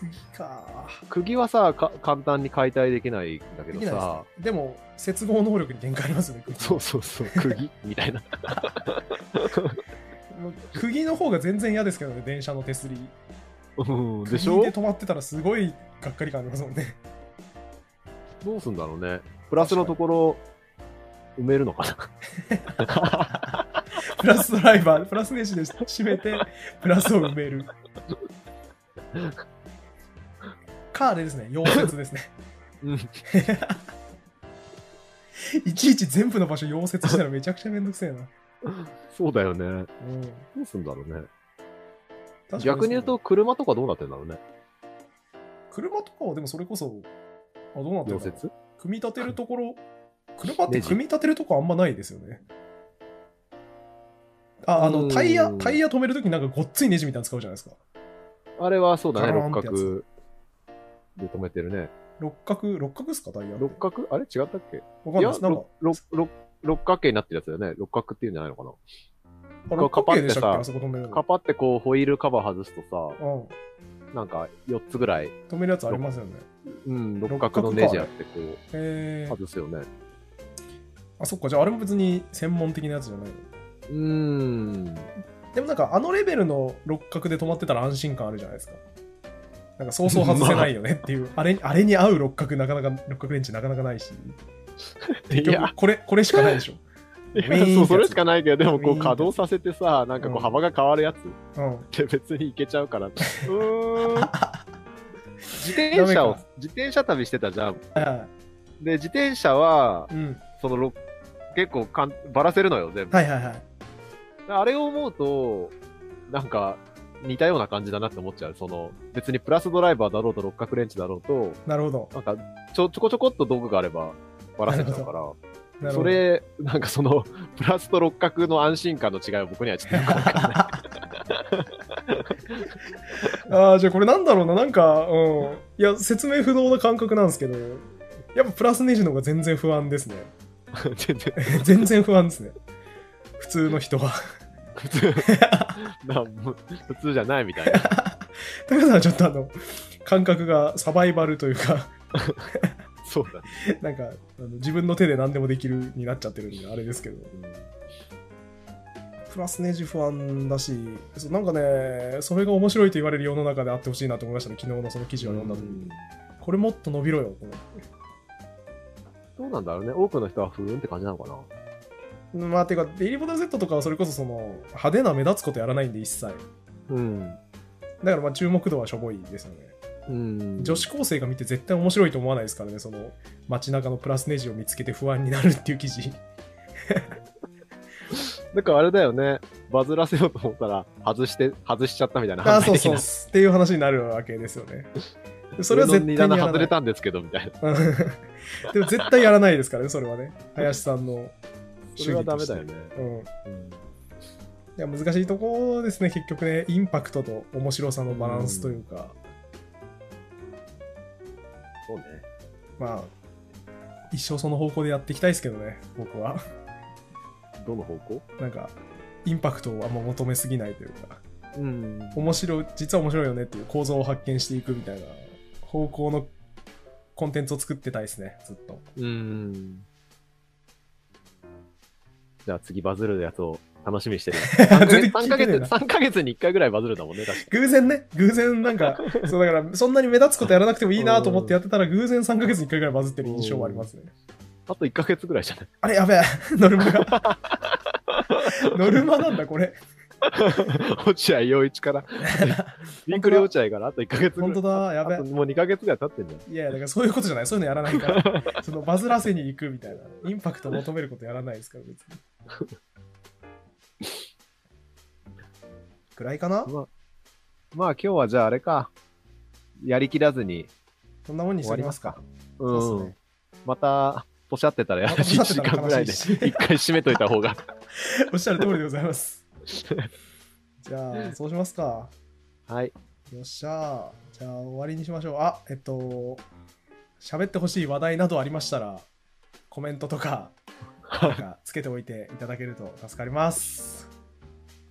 Speaker 1: 釘か。
Speaker 2: 釘はさか、簡単に解体できないんだ
Speaker 1: で
Speaker 2: けど
Speaker 1: きないです
Speaker 2: さ
Speaker 1: ね、。でも、接合能力に限界ありますよね、釘
Speaker 2: そうそうそう、釘
Speaker 1: (laughs)
Speaker 2: みたいな。
Speaker 1: もう釘の方が全然嫌ですけどね、電車の手すり。
Speaker 2: うん、でし
Speaker 1: 釘
Speaker 2: ょ
Speaker 1: で止まってたらすごいがっかり感ありますもんね。
Speaker 2: どうすんだろうね。プラスのところ、埋めるのかな
Speaker 1: プラスドライバー、プラスネジで締めて、プラスを埋める。か、あれですね、溶接ですね。
Speaker 2: うん
Speaker 1: いちいち全部の場所溶接したらめちゃくちゃめんどくせえな。
Speaker 2: (laughs) そうだよね。
Speaker 1: うん
Speaker 2: どうすんだろうね。
Speaker 1: 確かそう
Speaker 2: 逆に言うと、車とかどうなってんだろうね。
Speaker 1: 車とかはでもそれこそ、あどうなってる
Speaker 2: 溶
Speaker 1: の
Speaker 2: 接
Speaker 1: 組み立てるところ、車って
Speaker 2: ネジ
Speaker 1: 組み立てるとこあんまないですよね。あ、あ
Speaker 2: う
Speaker 1: の、
Speaker 2: ん
Speaker 1: タイヤ、タイヤ止めるときなんかごっついネジみたいなの使うじゃないですか。
Speaker 2: あれはそうだね、
Speaker 1: ガロー
Speaker 2: 六
Speaker 1: ンってやつ
Speaker 2: 角で止めてるね。
Speaker 1: 六角、六角っすかタイヤって。
Speaker 2: 六角あれ違ったっけ
Speaker 1: わかんないです。なんか
Speaker 2: ろ、ろろ六角形になってるやつだよね。六角っていうんじゃないのかな。
Speaker 1: あ六角形でしたっけ
Speaker 2: カパってさ
Speaker 1: あそこ止める
Speaker 2: カ
Speaker 1: の。
Speaker 2: パってこうホイールカバー外すと
Speaker 1: う
Speaker 2: さ、なんか4つぐらい、
Speaker 1: ん。止めるやつありますよね。
Speaker 2: うん、
Speaker 1: 六
Speaker 2: 六
Speaker 1: 角
Speaker 2: 角
Speaker 1: の
Speaker 2: の
Speaker 1: ネ
Speaker 2: ネ
Speaker 1: ジ
Speaker 2: ジ
Speaker 1: あ
Speaker 2: あ
Speaker 1: っ
Speaker 2: ってこう
Speaker 1: へえ。
Speaker 2: 外すよね。
Speaker 1: あ、そっか。じゃああれも別に専門的なやつじゃない。
Speaker 2: うーん。
Speaker 1: でもなんかあのレベルの六角で止まってたら安心感あるじゃないですか。なんかそうそう外せないよねって
Speaker 2: (laughs)
Speaker 1: いう。あれ、あれに合う六角なかなか、六角レンチなかなかないし。
Speaker 2: い
Speaker 1: 結
Speaker 2: や
Speaker 1: 局、これ、これしかないでしょ。
Speaker 2: い
Speaker 1: ウィーンって
Speaker 2: や
Speaker 1: や
Speaker 2: そ
Speaker 1: つ
Speaker 2: うそれしかないけど、でもこ
Speaker 1: ウィーンってや
Speaker 2: う
Speaker 1: つ
Speaker 2: 稼働させてさ、なんかこ
Speaker 1: うん
Speaker 2: う幅が変わるやつっ
Speaker 1: うん。
Speaker 2: て別にいけちゃ
Speaker 1: (laughs)
Speaker 2: うから。うーん。自転車
Speaker 1: ダメ
Speaker 2: を
Speaker 1: か、
Speaker 2: 自転車旅してたじゃん。
Speaker 1: はいは
Speaker 2: で、自転車は、
Speaker 1: い。うん。
Speaker 2: そのろ結構かんばらせるのよ、全部。
Speaker 1: はいはいはい。
Speaker 2: あれを思うと、なんか、似たような感じだなって思っちゃう。その、別にプラスドライバーだろうと六角レンチだろうと、
Speaker 1: なるほど。
Speaker 2: なんか、ちょ、ちょこちょこっと道具があれば、ばらせちゃう
Speaker 1: な
Speaker 2: から、
Speaker 1: る
Speaker 2: そ
Speaker 1: ほど。
Speaker 2: れ、なんかその、プラスと六角の安心感の違いは僕にはちょっ
Speaker 1: (laughs)
Speaker 2: とよくわかんない。
Speaker 1: ああ、じゃあこれなんだろうな。なんか、うん。いや、説明不能な感覚なんですけど、やっぱプラスネジの方が全然不安ですね。 (laughs)
Speaker 2: 全然、
Speaker 1: 全然不安ですね。普通の人は。 (laughs)
Speaker 2: 普通、なんもう普通じゃないみたいな。
Speaker 1: 高さんはちょっとあの、感覚がサバイバルというか、 (laughs)
Speaker 2: そうだね。
Speaker 1: なんか、あの自分の手で何でもできるになっちゃってるんで、あれですけど。プラスネジ不安だし、そうなんかね、それが面白いと言われる世の中であってほしいなと思いましたね、昨日のその記事を読んだときに。これもっと伸びろよ、と思って
Speaker 2: どうなんだろうね。多くの人は不運って感じなのかな。
Speaker 1: うんまあ、てか、デイリーボトル Z とかはそれこそその、派手な目立つことやらないんで、一切。だか
Speaker 2: うん。
Speaker 1: らまあ、注目度はしょぼいですよね。
Speaker 2: うん、
Speaker 1: 女子高生が見て絶対面白いと思わないですからね、その街中のプラスネジを見つけて不安になるっていう記
Speaker 2: (laughs)
Speaker 1: 事。
Speaker 2: だからあれだよね、バズらせようと思ったら、外して、外しちゃったみたいな。
Speaker 1: あ、そう
Speaker 2: 犯罪的
Speaker 1: そう。
Speaker 2: な
Speaker 1: っていう話になるわけですよね。それは絶対
Speaker 2: 俺の二
Speaker 1: にやら
Speaker 2: 段外
Speaker 1: な
Speaker 2: れ
Speaker 1: い。
Speaker 2: たんですけど、みたいな。
Speaker 1: (laughs) でも絶対やらないですからね、それはね。林さんの
Speaker 2: それはダメだよね。
Speaker 1: うん。い
Speaker 2: うん
Speaker 1: や、難しいとこですね、結局ね。インパクトと面白さのバランスというか。
Speaker 2: そうね。
Speaker 1: まあ、一生その方向でやっていきたいですけどね、僕は。
Speaker 2: どの方向
Speaker 1: なんか、インパクトをあんま求めすぎないというか、
Speaker 2: うん。
Speaker 1: 面白い、実は面白いよねっていう構造を発見していくみたいな方向のコンテンツを作ってたいですね、ずっと。
Speaker 2: うん。じゃあ次バズるやつを楽しみにしてる。
Speaker 1: (laughs) 全然
Speaker 2: 3
Speaker 1: 聞
Speaker 2: ヶ
Speaker 1: いてねえ
Speaker 2: 月、
Speaker 1: な。
Speaker 2: 三ヶ月に1回ぐらいバズるんだもんね、確か
Speaker 1: 偶然ね、偶然なんか、そうだから、そんなに目立つことやらなくてもいいなと思ってやってたら、偶然3ヶ月に1回ぐらいバズってる印象はありますね。
Speaker 2: あと1ヶ月ぐらいじゃない
Speaker 1: あれ、やべえ、 (laughs) ノルマが。ノルマなんだ、これ。
Speaker 2: (laughs) 落合陽
Speaker 1: (laughs)
Speaker 2: 一から。びっくり落合から、あと1ヶ月ぐらい。
Speaker 1: 本当だ、やべえ
Speaker 2: あと。もう2ヶ月ぐらい経ってんじゃん。
Speaker 1: いやいや、だからそういうことじゃない。そういうのやらない
Speaker 2: (laughs)
Speaker 1: から。そのバズらせに行くみたいな。インパクト求めることやらないですから、別に。くらいかな
Speaker 2: まあ今日はじゃああれか。やりきらずに。
Speaker 1: そんなもんにし
Speaker 2: 終
Speaker 1: て
Speaker 2: わ
Speaker 1: おき
Speaker 2: りま
Speaker 1: ますす
Speaker 2: か
Speaker 1: か。。
Speaker 2: う
Speaker 1: そうんで。
Speaker 2: また、ポシャってたらや
Speaker 1: ま
Speaker 2: ら
Speaker 1: た
Speaker 2: 1時間ぐらい
Speaker 1: ポ
Speaker 2: で、
Speaker 1: シャってたら悲しいし
Speaker 2: 一回締めといた方が。
Speaker 1: す (laughs) ね。おっしゃる通りでござい
Speaker 2: (laughs)
Speaker 1: ます。じゃあ、そうしますか。
Speaker 2: はい。
Speaker 1: よっしゃー。じゃあ、終わりにしましょう。あ、えっと、喋ってほしい話題などありましたら、コメントとか、なんかつけておいていただけると助かります。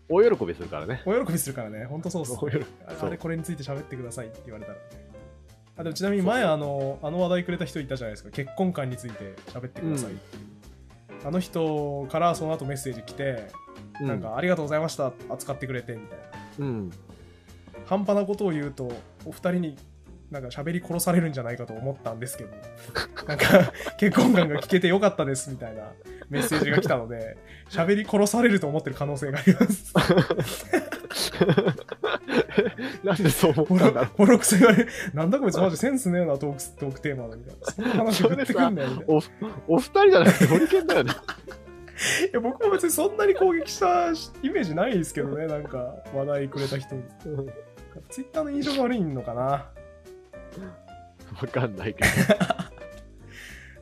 Speaker 2: 大喜びするからね。
Speaker 1: お喜びするからね、ほんとそうっす。
Speaker 2: 大喜び。
Speaker 1: あ
Speaker 2: そ
Speaker 1: あ
Speaker 2: う
Speaker 1: れこれについて喋ってくださいって言われたらねあでもちなみに前あのあの話題くれた人いたじゃないですか結婚観について喋ってくださいっていう、あの人からその後メッセージ来て、
Speaker 2: う
Speaker 1: なんかありがとうございました扱ってくれてみたいな
Speaker 2: うん。 (laughs)
Speaker 1: 半端なことを言うとお二人になんか喋り殺されるんじゃないかと思ったんです
Speaker 2: (laughs)
Speaker 1: けどなんか結婚観が聞けてよかったですみたいなメッセージが来たので喋り殺されると思ってる可能性があります
Speaker 2: なんでそう思
Speaker 1: ボ
Speaker 2: った
Speaker 1: ロ
Speaker 2: んだろう。
Speaker 1: ボロクソ言われる。なんだこいつマジセンスねえな、トークストークテーマのみたいな。そんな話振ってくんだよみたいな。い
Speaker 2: おお二人じゃなくて、ホリケンだよね。 (laughs)
Speaker 1: や、僕も別にそんなに攻撃したイメージないですけどね、なんか話題くれた人に。ツイッターの印象が悪いのかな。
Speaker 2: わかんないけど。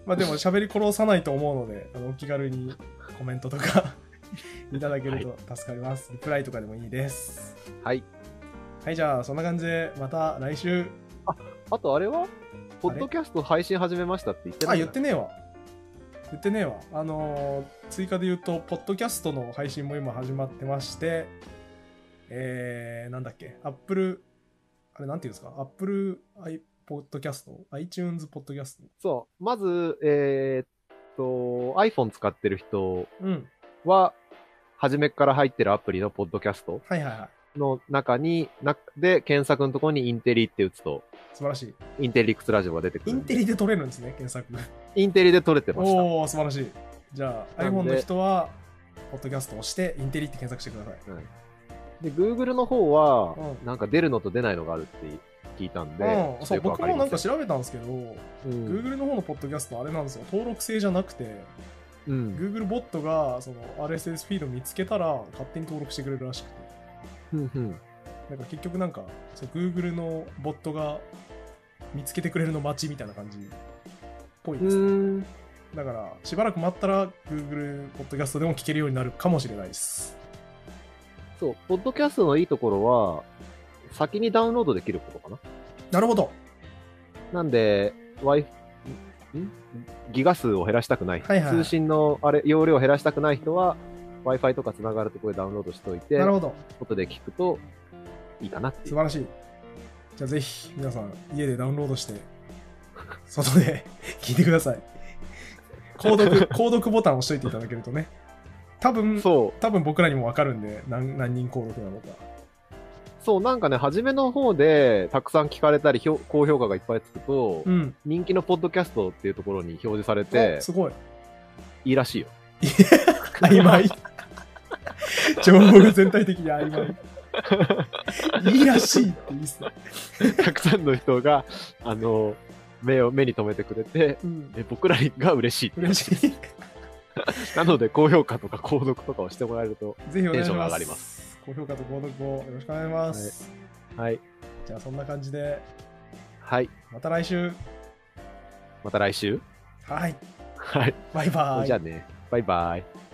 Speaker 1: まあでも喋り殺さないと思うので、あのお気軽にコメントとか (laughs) いただけると助かります。リプライとかでもいいです。
Speaker 2: はい。
Speaker 1: はい、じゃあそんな感じでまた来週。
Speaker 2: あとあれはポッドキャスト配信始めましたって言ってな
Speaker 1: あ、
Speaker 2: い
Speaker 1: 言ってねえわ。言ってねえわ。あのー追加で言うと、ポッドキャストの配信も今始まってまして、えー、なんだっけ、Apple、あれなんていうんですか、Apple i ポッドキャスト ?iTunes ポッドキャスト
Speaker 2: そう。まず、えーっと、iPhone 使ってる人
Speaker 1: うん。
Speaker 2: は、初めから入ってるアプリのポッドキャスト
Speaker 1: はいはいはい。
Speaker 2: の中に、なで、検索のところにインテリって打つと、
Speaker 1: 素晴らしい。
Speaker 2: インテリックスラジオが出てくる
Speaker 1: イ
Speaker 2: ん
Speaker 1: ン
Speaker 2: で。
Speaker 1: テリで撮れるんですね、検索。
Speaker 2: インテリで撮れてました。
Speaker 1: おー、素晴らしい。じゃあ、
Speaker 2: なんで
Speaker 1: iPhone の人は、ポッドキャストを押して、インテリって検索してください。
Speaker 2: で、Google の方は、
Speaker 1: うん
Speaker 2: なんか出るのと出ないのがあるって聞いたんで、
Speaker 1: うん、そう、
Speaker 2: よくわ
Speaker 1: 僕
Speaker 2: かり
Speaker 1: もな
Speaker 2: ま
Speaker 1: んか
Speaker 2: せん
Speaker 1: 調べたんですけど、
Speaker 2: うん、
Speaker 1: Google の方のポッドキャストあれなんですよ、登録制じゃなくて、
Speaker 2: うん
Speaker 1: Google ボットがその RSS フィード見つけたら勝手に登録してくれるらしくて、
Speaker 2: うんうん
Speaker 1: なんか結局なんかそう Google のボットが見つけてくれるの待ちみたいな感じっぽいです、ね
Speaker 2: うん
Speaker 1: だからしばらく待ったら Google ポッドキャストでも聞けるようになるかもしれないです。
Speaker 2: そう、ポッドキャストのいいところは、先にダウンロードできることかな。
Speaker 1: なるほど。
Speaker 2: なんで、Wi-Fi、んギガ数を減らしたくない。
Speaker 1: はいはい
Speaker 2: 通信のあれ容量を減らしたくない人は、Wi-Fi とかつながるところでダウンロードしておいて、
Speaker 1: なるほど。
Speaker 2: ことで聞くといいかなってい
Speaker 1: 素
Speaker 2: う。
Speaker 1: 晴らしい。じゃあぜひ皆さん家でダウンロードして、外で聞いてくださ
Speaker 2: (laughs)
Speaker 1: い。購読、購読ボタンを押しといていただけるとね。多分、
Speaker 2: そう、
Speaker 1: 多分僕らにも分かるんで何何人登録なのか
Speaker 2: そう、なんかね、初めの方で、たくさん聞かれたり、ひょ高評価がいっぱいつくと、
Speaker 1: ん
Speaker 2: 人気のポッドキャストっていうところに表示され
Speaker 1: お
Speaker 2: て、
Speaker 1: すごい
Speaker 2: いいらし
Speaker 1: (laughs)
Speaker 2: いよ。
Speaker 1: 曖昧情報が全体的に曖昧いいらしいっていいっすね。
Speaker 2: たくさんの人が、あの、目を、目に留めてくれて、
Speaker 1: うん。
Speaker 2: え僕らが嬉しいっていう。
Speaker 1: 嬉しい。
Speaker 2: なので、高評価とか購読とかをしてもらえると、
Speaker 1: ぜひお願いします。。
Speaker 2: テンションが上がります
Speaker 1: 高評価と購読をよろしくお願いします。
Speaker 2: はい。
Speaker 1: じゃあそんな感じで、
Speaker 2: はい。
Speaker 1: また来週。
Speaker 2: また来週。
Speaker 1: はい。
Speaker 2: はい。
Speaker 1: バイバイ
Speaker 2: じゃ。あね。バイバイ。